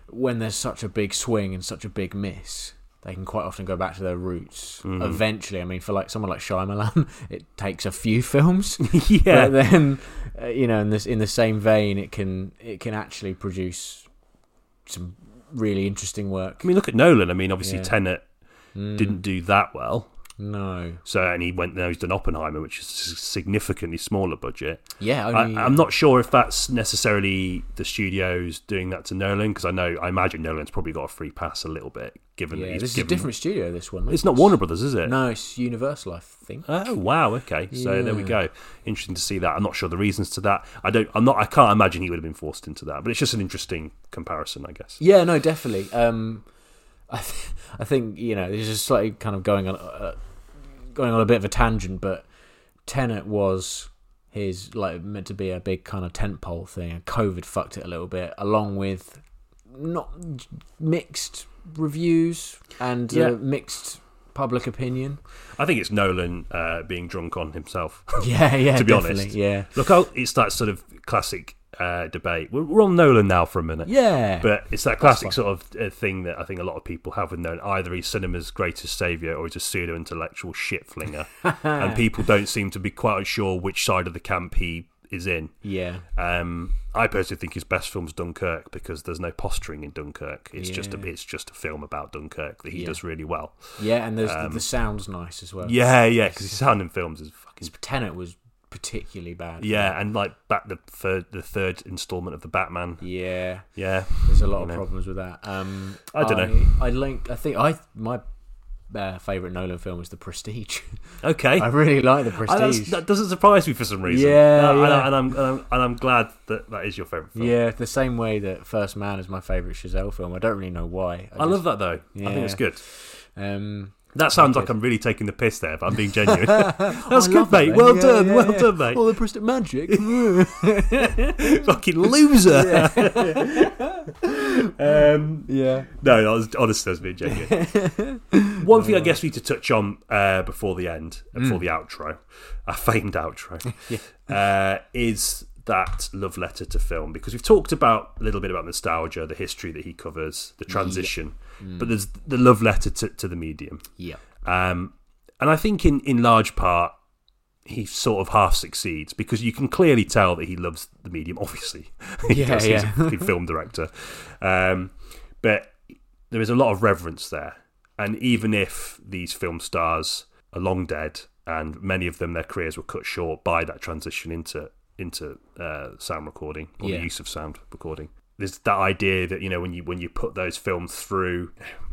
when there's such a big swing and such a big miss. They can quite often go back to their roots.
Mm.
Eventually, I mean, for like someone like Shyamalan, [LAUGHS] it takes a few films.
[LAUGHS] yeah.
but then uh, you know in this in the same vein it can it can actually produce some really interesting work
I mean, look at Nolan. I mean, obviously
Yeah. Mm.
Tenet didn't do that well.
no
So and he went now he's done Oppenheimer, which is a significantly smaller budget.
yeah
I,
only,
I'm not sure if that's necessarily the studios doing that to Nolan because I know I imagine Nolan's probably got a free pass a little bit given that
yeah,
he's
this is a
given,
different studio this one
It's not Warner Brothers, is it?
no it's universal i think
Oh wow, okay. So there we
Yeah.
go. Interesting to see that. I'm not sure the reasons to that. I don't. I'm not. I can't imagine he would have been forced into that. But it's just an interesting comparison, I guess.
yeah no definitely um i th- i think you know this is slightly kind of going on uh, going on a bit of a tangent but Tenet was his like meant to be a big kind of tentpole thing, and COVID fucked it a little bit, along with not mixed reviews and
Yeah.
uh, mixed public
[LAUGHS]
opinion. [LAUGHS]
I think it's Nolan uh, being drunk on himself. [LAUGHS]
Yeah, yeah,
To be honest.
definitely, yeah,
Look, I'll, it's that sort of classic uh, debate. We're, we're on Nolan now for a minute.
yeah,
But it's that classic sort of uh, thing that I think a lot of people have with known. Either he's cinema's greatest savior or he's a
[LAUGHS]
pseudo intellectual shit flinger. and people don't seem to be quite sure which side of the camp he is in.
Yeah.
Um, I personally think his best film's Dunkirk because there's no posturing in Dunkirk. It's just a
Yeah.
it's just a film about Dunkirk that he
Yeah.
does really well.
Yeah, and there's
Um,
the, the sound's nice as well.
Yeah, yeah, because his sound in films is fucking
His Tenet was particularly bad.
yeah, and like back the third the third installment of the Batman.
Yeah.
Yeah,
There's a lot
You
of
know.
problems with that. Um,
I dunno.
I, I link. I think I my uh, favorite Nolan film is The
[LAUGHS]
Prestige.
okay.
I really like The
I- that's-
Prestige.
that doesn't surprise me for some reason.
Yeah,
and,
yeah.
I, and, I'm, and I'm and I'm glad that that is your favorite film.
yeah, the same way that First Man is my favorite Chazelle film. I don't really know why.
I love that though. I think it's
Yeah.
good.
Um,
That sounds like
good.
I'm really taking the piss there, but I'm being
[LAUGHS]
genuine. [LAUGHS] That's
I
good,
love that,
mate.
man.
Well
Yeah,
done,
yeah,
well
yeah. [LAUGHS]
done, mate.
Oh, the Prestige
[LAUGHS]
magic. [LAUGHS]
Fucking loser.
[LAUGHS]
um,
yeah.
no, that was, honestly, I was being genuine.
[LAUGHS]
One thing I guess we need to touch on uh, before the end,
Mm.
before the outro, a
[LAUGHS]
famed outro, uh, is that love letter to film because we've talked about a little bit about nostalgia, the history that he covers, the transition,
Mm.
but there's the love letter to, to the medium.
Yeah.
Um, and I think in, in large part, he sort of half succeeds because you can clearly tell that he loves the medium, obviously. [LAUGHS] He
Yeah,
does. He's a
yeah.
fucking film director. Um, but there is a lot of reverence there. And even if these film stars are long dead and many of them, their careers were cut short by that transition into into uh, sound recording or
Yeah.
the use of sound recording. There's that idea that you know when you when you put those films through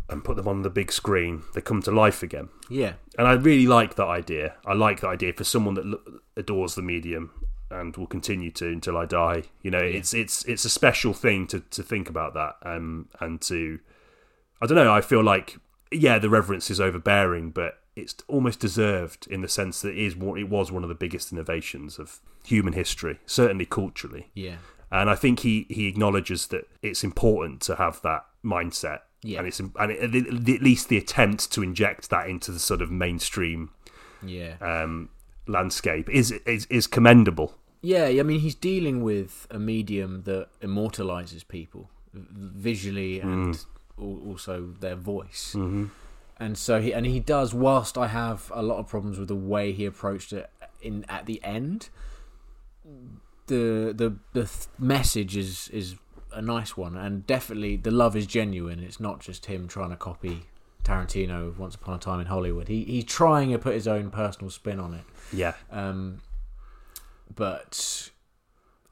and put them on the big screen, they come to life again
Yeah.
and I really like that idea. I like that idea for someone that lo- adores the medium and will continue to until I die. You know, it's it's it's a special thing to to think about that um, and to I don't know. I feel like yeah, the reverence is overbearing, but it's almost deserved in the sense that it is one- it was one of the biggest innovations of human history, certainly culturally.
Yeah.
And I think he, he acknowledges that it's important to have that mindset.
Yeah.
And it's and it, the- the- at least the attempt to inject that into the sort of mainstream
Yeah.
um, landscape is, is is commendable.
Yeah, I mean, he's dealing with a medium that immortalizes people visually and al- also their voice. Mm-hmm. And so he and he does. Whilst I have a lot of problems with the way he approached it in at the end, the the the th- message is is a nice one, and definitely the love is genuine. It's not just him trying to copy Tarantino of Once Upon a Time in Hollywood. He he's trying to put his own personal spin on it.
Yeah,
Um, but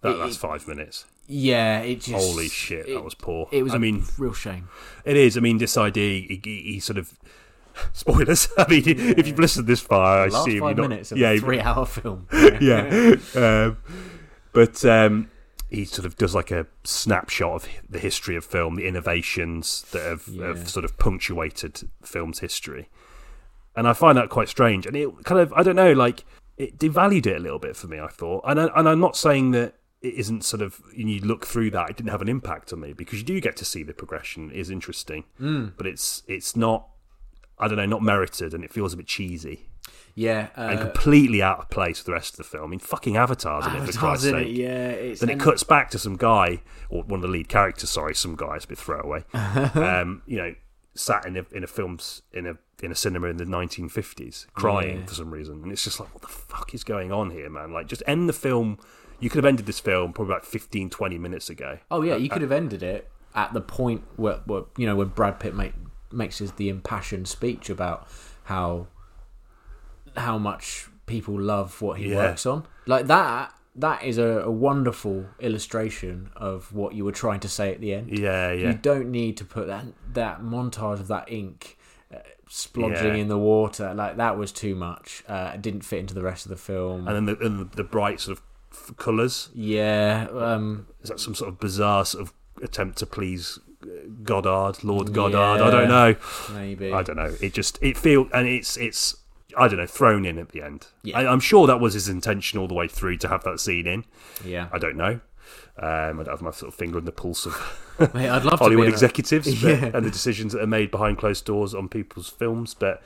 that,
It-
that's
it-
five minutes.
yeah, it just
Holy shit,
it-
that was poor.
It was.
I
a
mean,
real shame.
it is. I mean, this idea, he, he, he sort of [LAUGHS] spoilers. [LAUGHS] I mean, if you've listened this far, I
Last
assume
five
you're not,
minutes of
yeah,
a
you-
three-hour [LAUGHS] film.
[LAUGHS] yeah. Um, but um, he sort of does like a snapshot of hi- the history of film, the innovations that have,
Yeah.
have sort of punctuated film's history. And I find that quite strange. And it kind of, I don't know, like it devalued it a little bit for me, I thought. And, I, and I'm not saying that it isn't sort of, and you look through that, it didn't have an impact on me because you do get to see the progression it is interesting. But it's it's not, I don't know, not merited and it feels a bit cheesy
Yeah, uh, [LAUGHS]
and completely out of place with the rest of the film. I mean, fucking Avatar's in it, for
Avatar's
Christ's
in
sake.
it. Yeah, it's
Then it
and-
cuts back to some guy, or one of the lead characters, sorry, some guy, it's a
[LAUGHS]
bit throwaway, um, you know, sat in a, in a film's, in a in a cinema in the 1950s, crying
Yeah.
for some reason. And it's just like, what the fuck is going on here, man? Like, just end the film. You could have ended this film probably about 15, 20 minutes ago.
Oh yeah, you could have ended it at the point where, where you know where Brad Pitt make, makes his the impassioned speech about how how much people love what he
Yeah.
works on. Like that. That is a, a wonderful illustration of what you were trying to say at the end.
Yeah, yeah.
You don't need to put that that montage of that ink uh, splodging
Yeah.
in the water like that was too much. Uh, it didn't fit into the rest of the film.
and then the, and the bright sort of colours.
yeah, um,
Is that some sort of bizarre sort of attempt to please uh, Goddard, Lord Goddard? I
Yeah.
don't know.
maybe.
I don't know. It just it feel and it's it's I don't know thrown in at the end.
Yeah.
I, I'm sure that was his intention all the way through to have that scene in.
yeah,
I don't know. Um, I'd have my sort of finger on the pulse of
Mate, [LAUGHS] I'd love to
Hollywood
be in a-
executives but- and the decisions that are made behind closed doors on people's films. But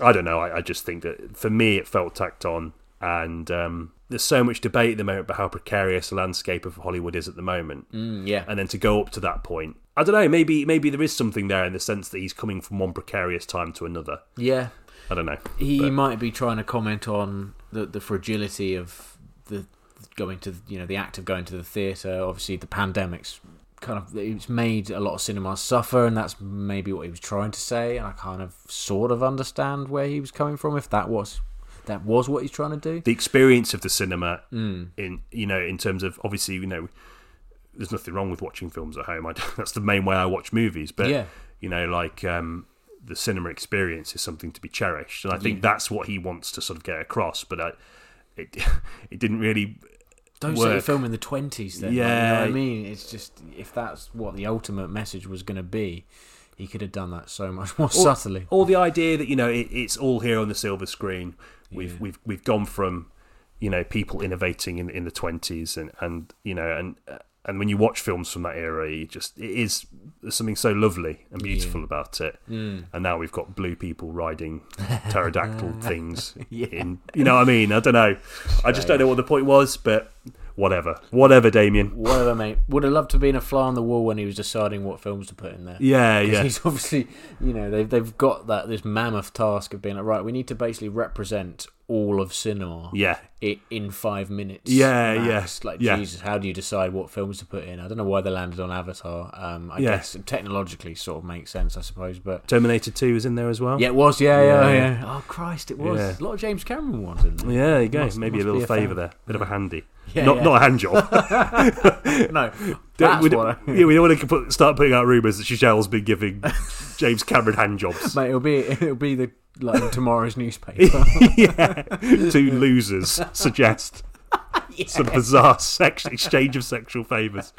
I don't know. I, I just think that for me, it felt tacked on. And um, there's so much debate at the moment about how precarious the landscape of Hollywood is at the moment
Mm, yeah,
and then to go up to that point i don't know maybe maybe there is something there in the sense that he's coming from one precarious time to another
yeah.
i don't know
He
But-
might be trying to comment on the the fragility of the going to you know the act of going to the theatre. Obviously, the pandemic's kind of it's made a lot of cinemas suffer, and that's maybe what he was trying to say. And I kind of sort of understand where he was coming from if that was that was what he's trying to do.
The experience of the cinema in you know in terms of obviously you know there's nothing wrong with watching films at home. [LAUGHS] I, that's the main way I watch movies, but
Yeah.
you know like. Um, the cinema experience is something to be cherished, and I think that's what he wants to sort of get across. But I, it [LAUGHS] it didn't really
Don't set your
work.
film in the twenties then. like, you know
Yeah.
what I mean? It's just if that's what the ultimate message was going to be, he could have done that so much more subtly.
Or the idea that you know it, it's all here on the silver screen. We've we've we've gone from you know people innovating in in the twenties and and you know and uh, and when you watch films from that era, you just it is there's something so lovely and beautiful about it. Mm. And now we've got blue people riding pterodactyl [LAUGHS] things. In, you know what I mean? I don't know. I just don't know what the point was, but whatever, whatever, Damien.
Whatever, mate. Would have loved to have been a fly on the wall when he was deciding what films to put in there.
Yeah,
'Cause
yeah.
He's [LAUGHS] obviously, you know, they've they've got that this mammoth task of being like, right, we need to basically represent all of cinema.
Yeah,
It in five minutes.
Yeah,
max.
yeah,
Like
yeah.
Jesus, how do you decide what films to put in? I don't know why they landed on Avatar. Um, I
Yeah.
guess technologically sort of makes sense, I suppose, but
Terminator Two is in there as well.
yeah, it was. Yeah, yeah,
Yeah,
yeah. Oh Christ, it was.
Yeah.
A lot of James Cameron ones in there.
Yeah, there you go.
Must-
Maybe
must
a
be a
little
fan.
favour there, bit of a handy.
Yeah,
not
yeah.
not a hand job.
[LAUGHS]
[LAUGHS]
no,
Don't-
that's
we,
what. I,
don't- [LAUGHS] yeah, we don't want to put, start putting out rumours that Giselle's
[LAUGHS]
been giving James Cameron hand jobs.
mate, it'll be it'll be the like
[LAUGHS]
in tomorrow's newspaper.
yeah, two losers suggest some bizarre sex, exchange of sexual favours,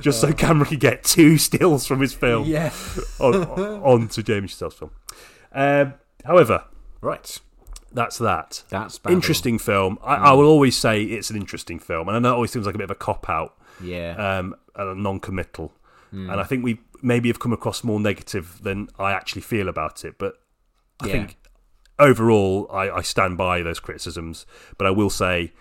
just so Cameron could get two stills from his
[LAUGHS]
film
Uh. yeah.
on, on to James Giselle's film. Um, however,
Right.
that's that.
That's Babel.
Interesting film. I,
Mm.
I will always say it's an interesting film, and I know it always seems like a bit of a cop out.
Yeah.
um, and non-committal. And I think we maybe have come across more negative than I actually feel about it. But I
Yeah.
think overall, I, I stand by those criticisms. But I will say,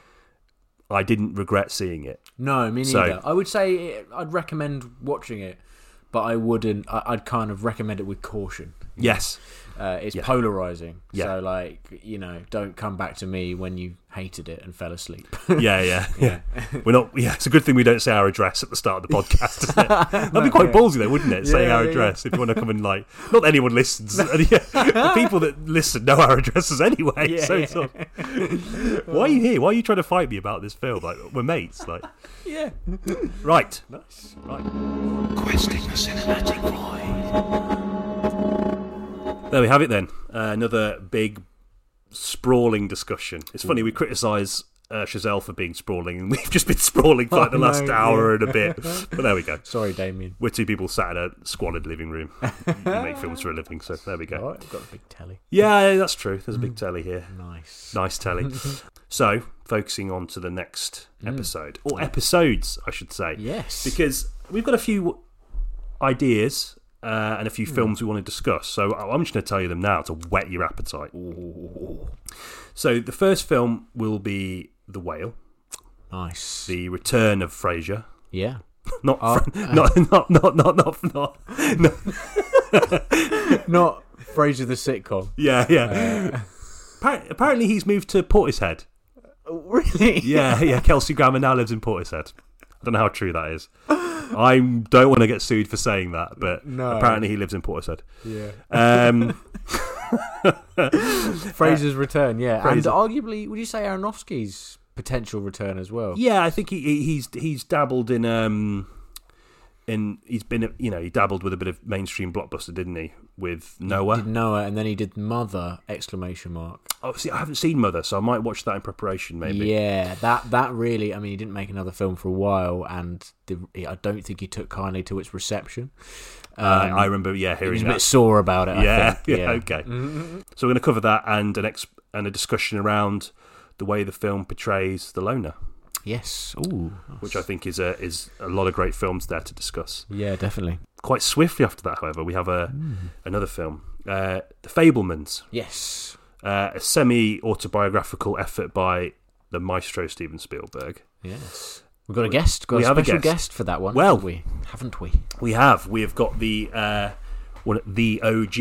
I didn't regret seeing it.
No, me
So-
neither. I would say it, I'd recommend watching it, but I wouldn't. I, I'd kind of recommend it with caution.
Yes,
Uh, it's
Yeah.
polarizing,
Yeah.
so like you know, don't come back to me when you hated it and fell asleep. [LAUGHS]
yeah, yeah, yeah. We're not. Yeah, it's a good thing we don't say our address at the start of the podcast. Isn't
[LAUGHS]
it? That'd be quite ballsy, though, wouldn't it? Saying
Yeah,
our
yeah,
address if you want to come and like. Not that anyone listens. [LAUGHS] the people that listen know our addresses anyway.
Yeah,
so
yeah.
it's not- [LAUGHS] why are you here? Why are you trying to fight me about this film? Like we're mates. Like
yeah.
right.
Questing the cinematic void.
There we have it then. Uh, another big sprawling discussion. It's funny we criticise uh, Chazelle for being sprawling, and [LAUGHS] we've just been sprawling for like the
Oh,
last
no,
hour and a bit. But there we go.
Sorry, Damien.
We're two people sat in a squalid
[LAUGHS]
living room. We make films for a living, so there we
All
go.
right, Mm. I've got a big telly.
Yeah, that's true. There's a big telly here.
Nice. [LAUGHS]
Nice telly. So, focusing on to the next episode, or episodes, I should say.
Mm. Yes.
Because we've got a few ideas uh, and a
Mm.
few films we want to discuss. So, I- I'm just going to tell you them now to whet your appetite. So, the first film will be The Whale,
nice.
The Return of Frasier.
yeah.
Not,
Oh.
Fra- not, [LAUGHS] not, not, not, not, not,
Not Fraser the sitcom.
Yeah, yeah.
Uh,
Appar- Apparently, he's moved to Portishead.
Really?
Yeah, [LAUGHS] yeah. Kelsey Grammer now lives in Portishead. I don't know how true that is. I don't want to get sued for saying that, but
No.
apparently he lives in Portishead.
Yeah. [LAUGHS]
Um,
Fraser's return. Yeah.
Fraser.
And arguably, would you say Aronofsky's potential return as well?
yeah, I think he, he he's he's dabbled in um in he's been you know he dabbled with a bit of mainstream blockbuster, didn't he? With
did
Noah.
Noah, and then he did Mother! Exclamation mark.
Oh, see, I haven't seen Mother, so I might watch that in preparation. Maybe.
Yeah, that that really. I mean, he didn't make another film for a while, and the, I don't think he took kindly to its reception. Um,
Uh, I remember, yeah,
he was
hearing
a
that.
bit sore about it. I
yeah,
think.
[LAUGHS] yeah, okay. So we're going to cover that and an ex- and a discussion around the way the film portrays the loner,
Yes. Ooh.
which I think is a is a lot of great films there to discuss.
Yeah, definitely.
Quite swiftly after that, however, we have a
Hmm.
another film, uh, The Fablemans,
Yes.
uh, a semi autobiographical effort by the maestro Steven Spielberg.
Yes. We've got a guest. Got
we
a
have a
special
guest.
guest. for that one.
Well-
haven't we haven't we?
We have we have got the uh, one the OG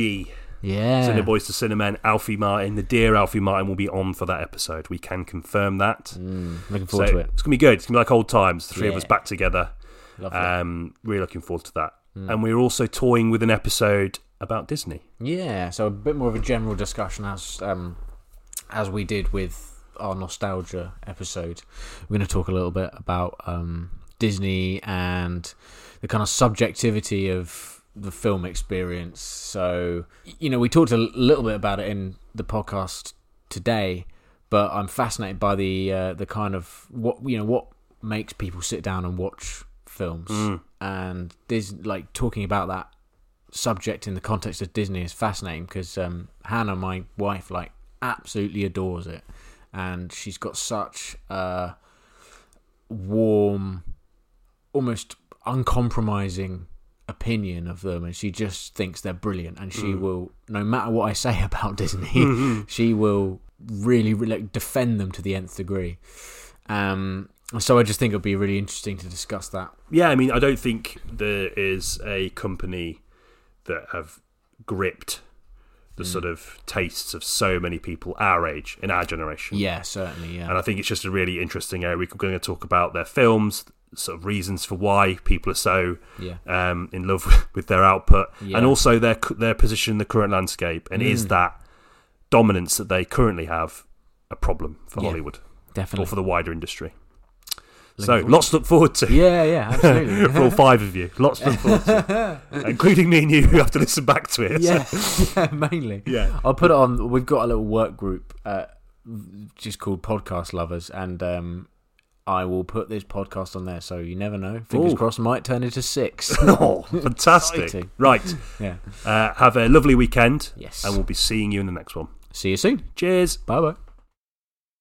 Yeah.
Cineboys to Cinemen, Alfie Martin, the dear Alfie Martin will be on for that episode. We can confirm that.
Mm, looking
So
forward to it.
it's going to be good. It's going to be like old times, the three of
Yeah.
us back together.
Lovely.
Um, really looking forward to that.
Mm.
And we're also toying with an episode about Disney.
Yeah, so a bit more of a general discussion as um, as we did with our nostalgia episode. We're going to talk a little bit about um, Disney and the kind of subjectivity of the film experience. So y- you know, we talked a l- little bit about it in the podcast today, but I'm fascinated by the uh, the kind of what you know what makes people sit down and watch films
Mm.
and Dis like talking about that subject in the context of Disney is fascinating because um, Hannah, my wife, like absolutely adores it, and she's got such a warm, almost uncompromising opinion of them, and she just thinks they're brilliant, and
Mm.
she will, no matter what I say [LAUGHS] about
Mm-hmm.
Disney, [LAUGHS] she will really, really like, defend them to the nth degree. Um, so I just think it'd be really interesting to discuss that.
Yeah, I mean, I don't think there is a company that have gripped the
Hmm.
sort of tastes of so many people our age in our generation.
Yeah, certainly. Yeah.
Mm. And I think it's just a really interesting area. We're going to talk about their films, sort of reasons for why people are so
Yeah.
um, in love [LAUGHS] with their output,
Yeah. Hmm.
and also their cu- their position in the current landscape, and is that dominance that they currently have a problem for
Yeah.
Hollywood or
Definitely.
for the wider industry?
Looking
so
forward
lots to look
[LAUGHS]
forward to.
Yeah, yeah,
[LAUGHS]
absolutely.
for all five of you, lots to look forward to, including me and you who have to listen back to
[LAUGHS]
it.
yeah, yeah, mainly.
[LAUGHS] Yeah.
I'll put it on. We've got a little work group, uh, just called Podcast Lovers, and um, I will put this podcast on there. So you never know. Fingers
Ooh.
crossed, might turn into
[LAUGHS]
six.
oh, fantastic!
Exciting.
Right,
yeah.
uh, have a lovely weekend,
Yes.
and we'll be seeing you in the next one.
See you soon.
Cheers.
Bye bye.